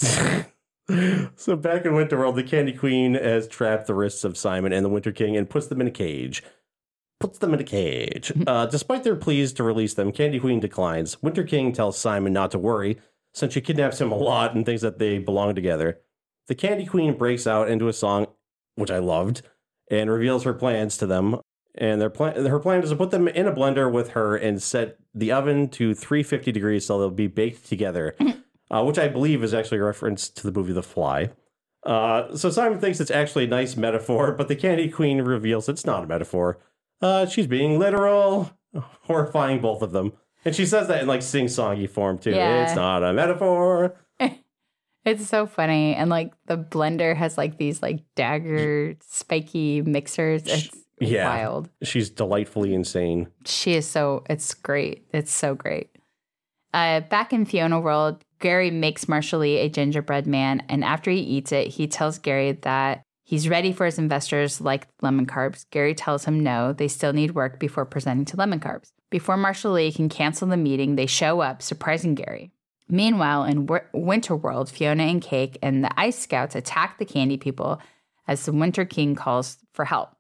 Speaker 3: so back in Winterworld, the Candy Queen has trapped the wrists of Simon and the Winter King and puts them in a cage. Puts them in a cage. Uh, despite their pleas to release them, Candy Queen declines. Winter King tells Simon not to worry, since she kidnaps him a lot and thinks that they belong together. The Candy Queen breaks out into a song, which I loved, and reveals her plans to them. And their plan, her plan is to put them in a blender with her and set the oven to 350 degrees so they'll be baked together, uh, which I believe is actually a reference to the movie The Fly. Uh, so Simon thinks it's actually a nice metaphor, but the Candy Queen reveals it's not a metaphor. Uh, she's being literal, horrifying both of them. And she says that in like sing songy form too.
Speaker 2: Yeah.
Speaker 3: It's not a metaphor.
Speaker 2: It's so funny. And like the blender has like these like dagger spiky mixers. It's
Speaker 3: Yeah.
Speaker 2: wild.
Speaker 3: She's delightfully insane.
Speaker 2: She is so, it's great. It's so great. Uh, back in Fiona World, Gary makes Marshall Lee a gingerbread man. And after he eats it, he tells Gary that he's ready for his investors like Lemon Carbs. Gary tells him no, they still need work before presenting to Lemon Carbs. Before Marshall Lee can cancel the meeting, they show up, surprising Gary. Meanwhile, in w- Winter World, Fiona and Cake and the Ice Scouts attack the Candy People as the Winter King calls for help.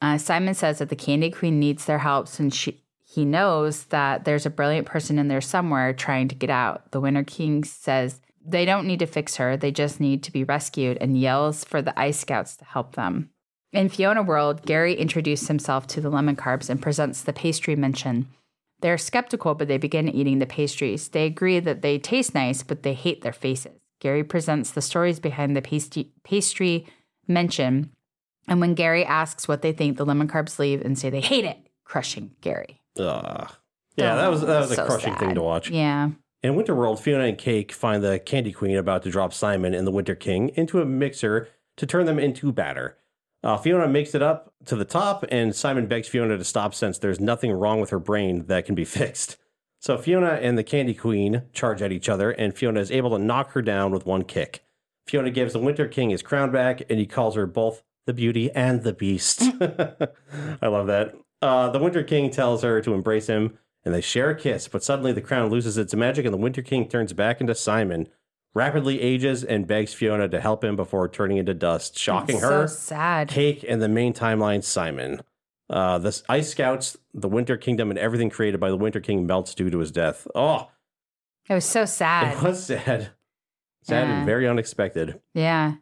Speaker 2: Uh, Simon says that the Candy Queen needs their help since she, he knows that there's a brilliant person in there somewhere trying to get out. The Winter King says they don't need to fix her, they just need to be rescued and yells for the Ice Scouts to help them. In Fiona World, Gary introduces himself to the Lemon Carbs and presents the pastry mention. They're skeptical, but they begin eating the pastries. They agree that they taste nice, but they hate their faces. Gary presents the stories behind the pastry, pastry mention and when Gary asks what they think, the lemon carbs leave and say they hate it, crushing Gary.
Speaker 3: Ugh. Yeah, that was that was
Speaker 2: Oh, So
Speaker 3: a crushing
Speaker 2: sad.
Speaker 3: thing to watch.
Speaker 2: Yeah.
Speaker 3: In Winterworld, Fiona and Cake find the Candy Queen about to drop Simon and the Winter King into a mixer to turn them into batter. Uh, Fiona makes it up to the top, and Simon begs Fiona to stop since there's nothing wrong with her brain that can be fixed. So Fiona and the Candy Queen charge at each other, and Fiona is able to knock her down with one kick. Fiona gives the Winter King his crown back, and he calls her both the beauty and the beast. I love that. Uh, the Winter King tells her to embrace him, and they share a kiss, but suddenly the crown loses its magic, and the Winter King turns back into Simon, rapidly ages, and begs Fiona to help him before turning into dust, shocking
Speaker 2: so
Speaker 3: her.
Speaker 2: sad.
Speaker 3: Cake and the main timeline Simon. Uh, the Ice Scouts, the Winter Kingdom, and everything created by the Winter King melts due to his death. Oh,
Speaker 2: It was so
Speaker 3: it
Speaker 2: sad.
Speaker 3: was sad. Sad
Speaker 2: Yeah.
Speaker 3: and very unexpected.
Speaker 2: Yeah.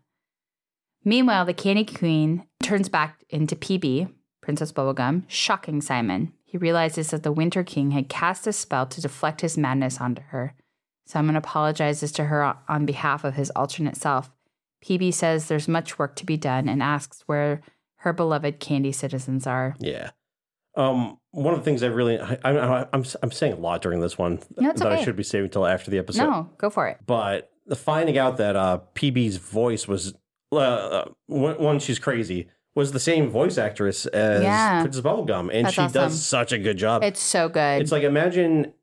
Speaker 2: Meanwhile, the Candy Queen turns back into PB, Princess Bubblegum, shocking Simon. He realizes that the Winter King had cast a spell to deflect his madness onto her. Simon apologizes to her o- on behalf of his alternate self. PB says there's much work to be done and asks where her beloved candy citizens are.
Speaker 3: Yeah. Um, one of the things I really, I, I, I, I'm, I'm saying a lot during this one
Speaker 2: No, it's
Speaker 3: that I
Speaker 2: okay.
Speaker 3: should be saving until after the episode.
Speaker 2: no, go for it.
Speaker 3: But the finding out that uh, PB's voice was, uh, uh, one, one, she's crazy, was the same voice actress as
Speaker 2: Yeah.
Speaker 3: Princess Bubblegum. And
Speaker 2: That's
Speaker 3: she
Speaker 2: awesome.
Speaker 3: does such a good job.
Speaker 2: It's so good.
Speaker 3: It's like imagine,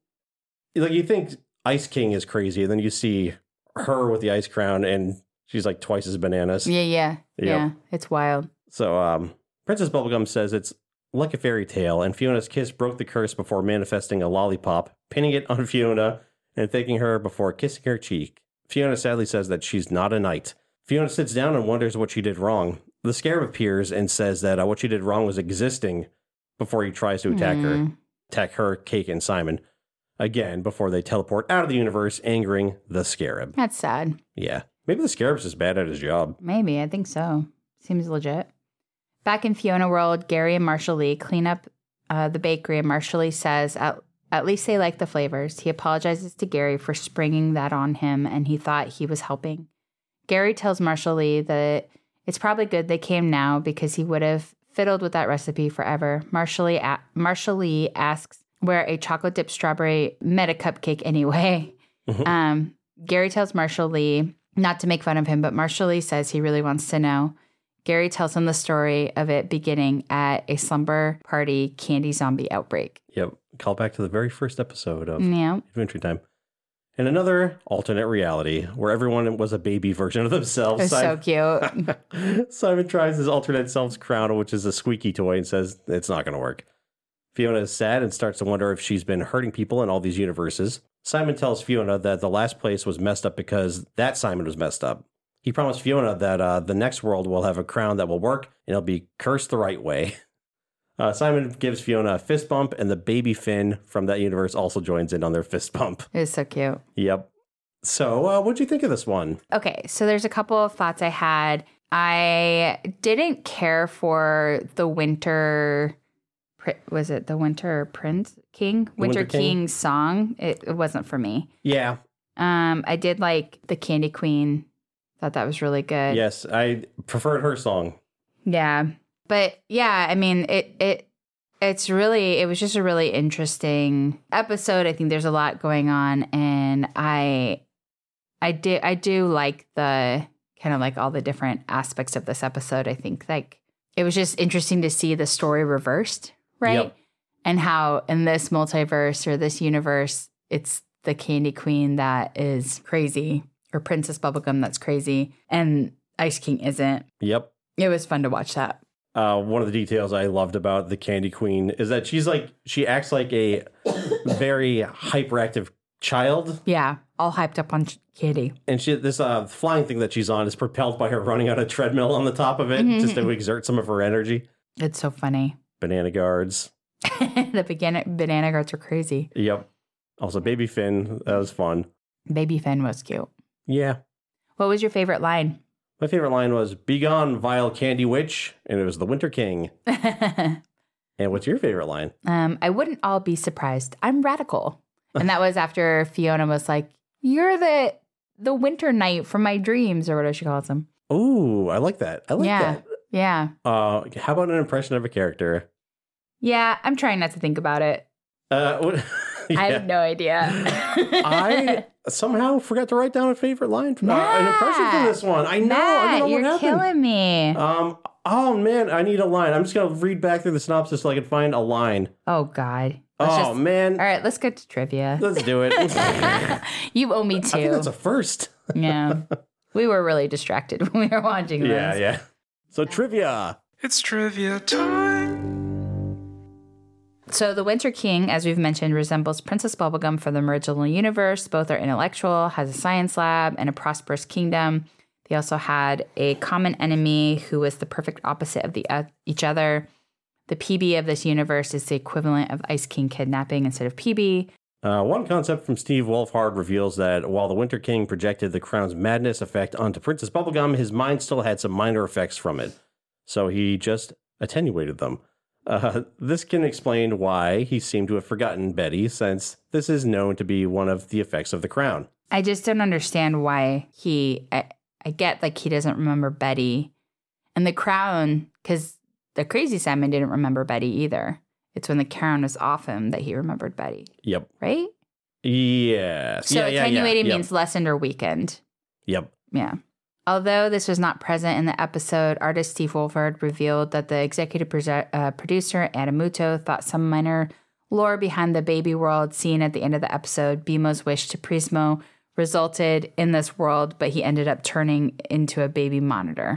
Speaker 3: like you think Ice King is crazy, and then you see her with the ice crown, and she's like twice as bananas.
Speaker 2: yeah, yeah,
Speaker 3: Yep.
Speaker 2: yeah. It's wild.
Speaker 3: So, um, Princess Bubblegum says it's like a fairy tale, and Fiona's kiss broke the curse before manifesting a lollipop, pinning it on Fiona and thanking her before kissing her cheek. Fiona sadly says that she's not a knight. Fiona sits down and wonders what she did wrong. The scarab appears and says that uh, what she did wrong was existing before he tries to attack her
Speaker 2: Mm.
Speaker 3: attack her, Cake, and Simon again before they teleport out of the universe, angering the Scarab.
Speaker 2: That's sad.
Speaker 3: Yeah. Maybe the Scarab's just bad at his job.
Speaker 2: Maybe. I think so. Seems legit. Back in Fiona World, Gary and Marshall Lee clean up uh, the bakery, and Marshall Lee says, at, at least they like the flavors. He apologizes to Gary for springing that on him, and he thought he was helping. Gary tells Marshall Lee that it's probably good they came now because he would have fiddled with that recipe forever. Marshall Lee, a- Marshall Lee asks where a chocolate dipped strawberry met a cupcake anyway.
Speaker 3: Mhm.
Speaker 2: um, Gary tells Marshall Lee not to make fun of him, but Marshall Lee says he really wants to know. Gary tells him the story of it beginning at a slumber party candy zombie outbreak.
Speaker 3: Yep. Call back to the very first episode of
Speaker 2: Yeah.
Speaker 3: Adventure Time. And another alternate reality where everyone was a baby version of
Speaker 2: It
Speaker 3: themselves.
Speaker 2: was so cute.
Speaker 3: Simon tries his alternate self's crown, which is a squeaky toy, and says it's not going to work. Fiona is sad and starts to wonder if she's been hurting people in all these universes. Simon tells Fiona that the last place was messed up because that Simon was messed up. He promised Fiona that uh, the next world will have a crown that will work and it'll be cursed the right way. Uh, Simon gives Fiona a fist bump, and the baby Finn from that universe also joins in on their fist bump.
Speaker 2: It was so cute.
Speaker 3: Yep. So, uh, what'd you think of this one?
Speaker 2: Okay, so there's a couple of thoughts I had. I didn't care for the winter. Pri- Was it the Winter Prince King? Winter,
Speaker 3: Winter King.
Speaker 2: King. song. It, it wasn't for me.
Speaker 3: Yeah,
Speaker 2: Um, I did like the Candy Queen. Thought that was really good.
Speaker 3: Yes, I preferred her song.
Speaker 2: Yeah. But yeah, I mean, it it it's really it was just a really interesting episode. I think there's a lot going on and I I do I do like the kind of like all the different aspects of this episode. I think like it was just interesting to see the story reversed, right?
Speaker 3: Yep.
Speaker 2: And how in this multiverse or this universe, it's the Candy Queen that is crazy or Princess Bubblegum that's crazy and Ice King isn't.
Speaker 3: Yep.
Speaker 2: It was fun to watch that.
Speaker 3: Uh, one of the details I loved about the Candy Queen is that she's like she acts like a very hyperactive child,
Speaker 2: Yeah, all hyped up on Kitty.
Speaker 3: and she this uh, flying thing that she's on is propelled by her running on a treadmill on the top of
Speaker 2: Mm-hmm.
Speaker 3: it, just to exert some of her energy.
Speaker 2: It's so funny.
Speaker 3: Banana guards.
Speaker 2: the banana, banana guards are crazy.
Speaker 3: Yep. Also, Baby Finn. That was fun.
Speaker 2: Baby Finn was cute.
Speaker 3: Yeah.
Speaker 2: What was your favorite line?
Speaker 3: My favorite line was "Begone, vile candy witch," and it was the Winter King.
Speaker 2: um,
Speaker 3: And what's your favorite line?
Speaker 2: I wouldn't all be surprised. I'm radical. And that was after Fiona was like, You're the the winter knight from my dreams, or whatever she calls him.
Speaker 3: Ooh, I like that. I like
Speaker 2: Yeah.
Speaker 3: that.
Speaker 2: Yeah.
Speaker 3: Uh, how about an impression of a character?
Speaker 2: Yeah, I'm trying not to think about it.
Speaker 3: Uh, what,
Speaker 2: I
Speaker 3: Yeah.
Speaker 2: have no idea.
Speaker 3: I somehow forgot to write down a favorite line, uh, an impression for
Speaker 2: Matt!
Speaker 3: this one. I know. I
Speaker 2: Matt,
Speaker 3: don't know
Speaker 2: you're
Speaker 3: what happened.
Speaker 2: killing me.
Speaker 3: um, oh man, I need a line. I'm just gonna read back through the synopsis so I can find a line.
Speaker 2: Oh God. Let's
Speaker 3: Oh
Speaker 2: just-
Speaker 3: man,
Speaker 2: All right, let's get to trivia.
Speaker 3: let's do it. I
Speaker 2: you owe me
Speaker 3: think
Speaker 2: two.
Speaker 3: that's a first.
Speaker 2: yeah. We were really distracted when we were watching
Speaker 3: Yeah,
Speaker 2: this.
Speaker 3: yeah. So trivia.
Speaker 4: It's trivia time.
Speaker 2: So the Winter King, as we've mentioned, resembles Princess Bubblegum from the original universe. Both are intellectual, has a science lab, and a prosperous kingdom. They also had a common enemy who was the perfect opposite of the uh, each other. The PB of this universe is the equivalent of Ice King kidnapping instead of PB.
Speaker 3: Uh, one concept from Steve Wolfhard reveals that while the Winter King projected the crown's madness effect onto Princess Bubblegum, his mind still had some minor effects from it. So he just attenuated them. Uh, this can explain why he seemed to have forgotten Betty, since this is known to be one of the effects of the crown.
Speaker 2: I just don't understand why he. I, I get like he doesn't remember Betty, and the crown because the crazy Simon didn't remember Betty either. It's when the crown was off him that he remembered Betty,
Speaker 3: Yep.
Speaker 2: right?
Speaker 3: Yes.
Speaker 2: So
Speaker 3: yeah, yeah, yeah.
Speaker 2: attenuated
Speaker 3: Yep.
Speaker 2: means lessened or weakened.
Speaker 3: Yep.
Speaker 2: Yeah. Although this was not present in the episode, artist Steve Wolford revealed that the executive proje- uh, producer Adamuto thought some minor lore behind the baby world seen at the end of the episode, Bimo's wish to Prismo, resulted in this world, but he ended up turning into a baby monitor.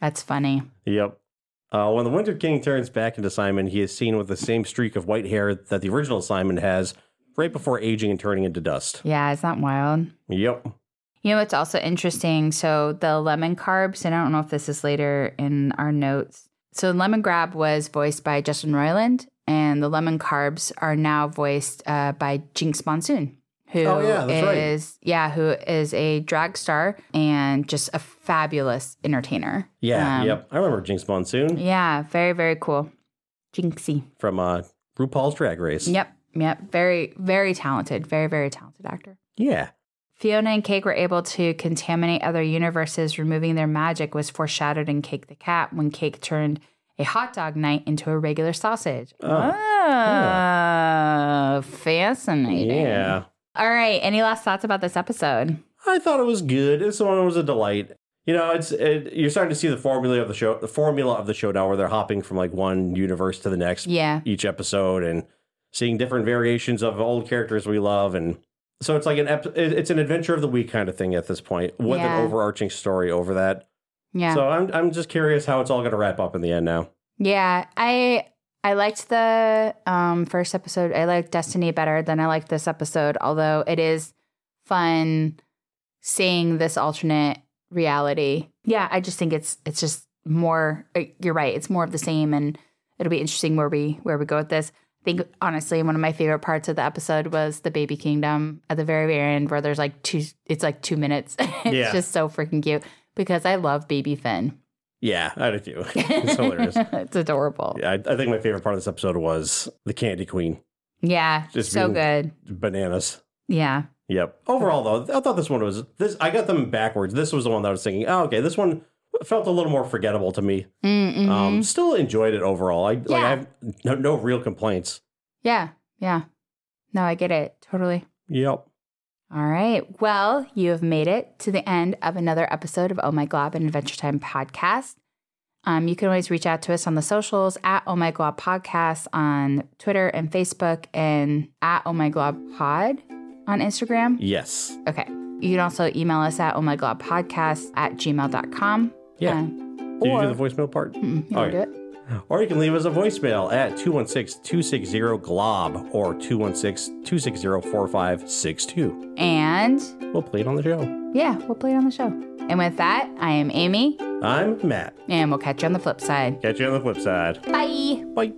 Speaker 2: That's funny.
Speaker 3: Yep. Uh, when the Winter King turns back into Simon, he is seen with the same streak of white hair that the original Simon has right before aging and turning into dust.
Speaker 2: Yeah, is that wild?
Speaker 3: Yep.
Speaker 2: You know, it's also interesting. So the lemon carbs, and I don't know if this is later in our notes. So lemon grab was voiced by Justin Roiland, and the lemon carbs are now voiced uh, by Jinx Monsoon, who is
Speaker 3: Oh, yeah, that's right.
Speaker 2: yeah, who is a drag star and just a fabulous entertainer.
Speaker 3: Yeah.
Speaker 2: Um,
Speaker 3: yep. I remember Jinx Monsoon
Speaker 2: Yeah, very very cool, Jinxie.
Speaker 3: from uh, RuPaul's Drag Race.
Speaker 2: Yep, yep, very very talented, very very talented actor.
Speaker 3: Yeah.
Speaker 2: Fiona and Cake were able to contaminate other universes, removing their magic was foreshadowed in Cake the Cat when Cake turned a hot dog night into a regular sausage. Oh, fascinating.
Speaker 3: Yeah.
Speaker 2: All right. Any last thoughts about this episode?
Speaker 3: I thought it was good. This one was a delight. You know, it's it, you're starting to see the formula of the show, the formula of the show now, where they're hopping from like one universe to the next
Speaker 2: Yeah.
Speaker 3: each episode, and seeing different variations of old characters we love, and so it's like an ep- it- it's an adventure of the week kind of thing at this point, with
Speaker 2: Yeah.
Speaker 3: an overarching story over that.
Speaker 2: Yeah.
Speaker 3: So I'm I'm just curious how it's all going to wrap up in the end now.
Speaker 2: yeah. I. I liked the um, first episode. I liked Destiny better than I liked this episode, although it is fun seeing this alternate reality. Yeah, I just think it's it's just more. uh, You're right. It's more of the same, and it'll be interesting where we where we go with this. I think honestly, one of my favorite parts of the episode was the baby kingdom at the very very end, where there's like two. It's like two minutes. it's
Speaker 3: Yeah.
Speaker 2: just so freaking cute because I love baby Finn.
Speaker 3: Yeah, I do too. it's hilarious.
Speaker 2: it's adorable.
Speaker 3: Yeah, I, I think my favorite part of this episode was the Candy Queen
Speaker 2: Yeah,
Speaker 3: Just
Speaker 2: so
Speaker 3: being-
Speaker 2: good.
Speaker 3: bananas.
Speaker 2: Yeah.
Speaker 3: Yep. Overall, though, I thought this one was this. I got them backwards. This was the one that I was thinking. Oh, okay, this one felt a little more forgettable to me.
Speaker 2: Mm-hmm.
Speaker 3: Um, still enjoyed it overall. I like.
Speaker 2: Yeah.
Speaker 3: I have no, no real complaints.
Speaker 2: yeah. Yeah. No, I get it totally.
Speaker 3: Yep.
Speaker 2: All right. Well, you have made it to the end of another episode of Oh My Glob and Adventure Time podcast. Um, you can always reach out to us on the socials at Oh My Glob Podcast on Twitter and Facebook and at Oh My Glob Pod on Instagram.
Speaker 3: Yes.
Speaker 2: Okay. You can also email us at Oh My Glob Podcast at gmail.com.
Speaker 3: Yeah. Oh,
Speaker 2: Um,
Speaker 3: Did you
Speaker 2: or-
Speaker 3: do the voicemail part?
Speaker 2: mm, you wanna
Speaker 3: All right.
Speaker 2: do it?
Speaker 3: Or you can leave us a voicemail at 216 260 GLOB or 216 260 4562.
Speaker 2: And
Speaker 3: We'll play it on the show.
Speaker 2: yeah, we'll play it on the show. And with that, I am Amy,
Speaker 3: I'm Matt.
Speaker 2: and we'll catch you on the flip side.
Speaker 3: Catch you on the flip side.
Speaker 2: Bye.
Speaker 3: Bye.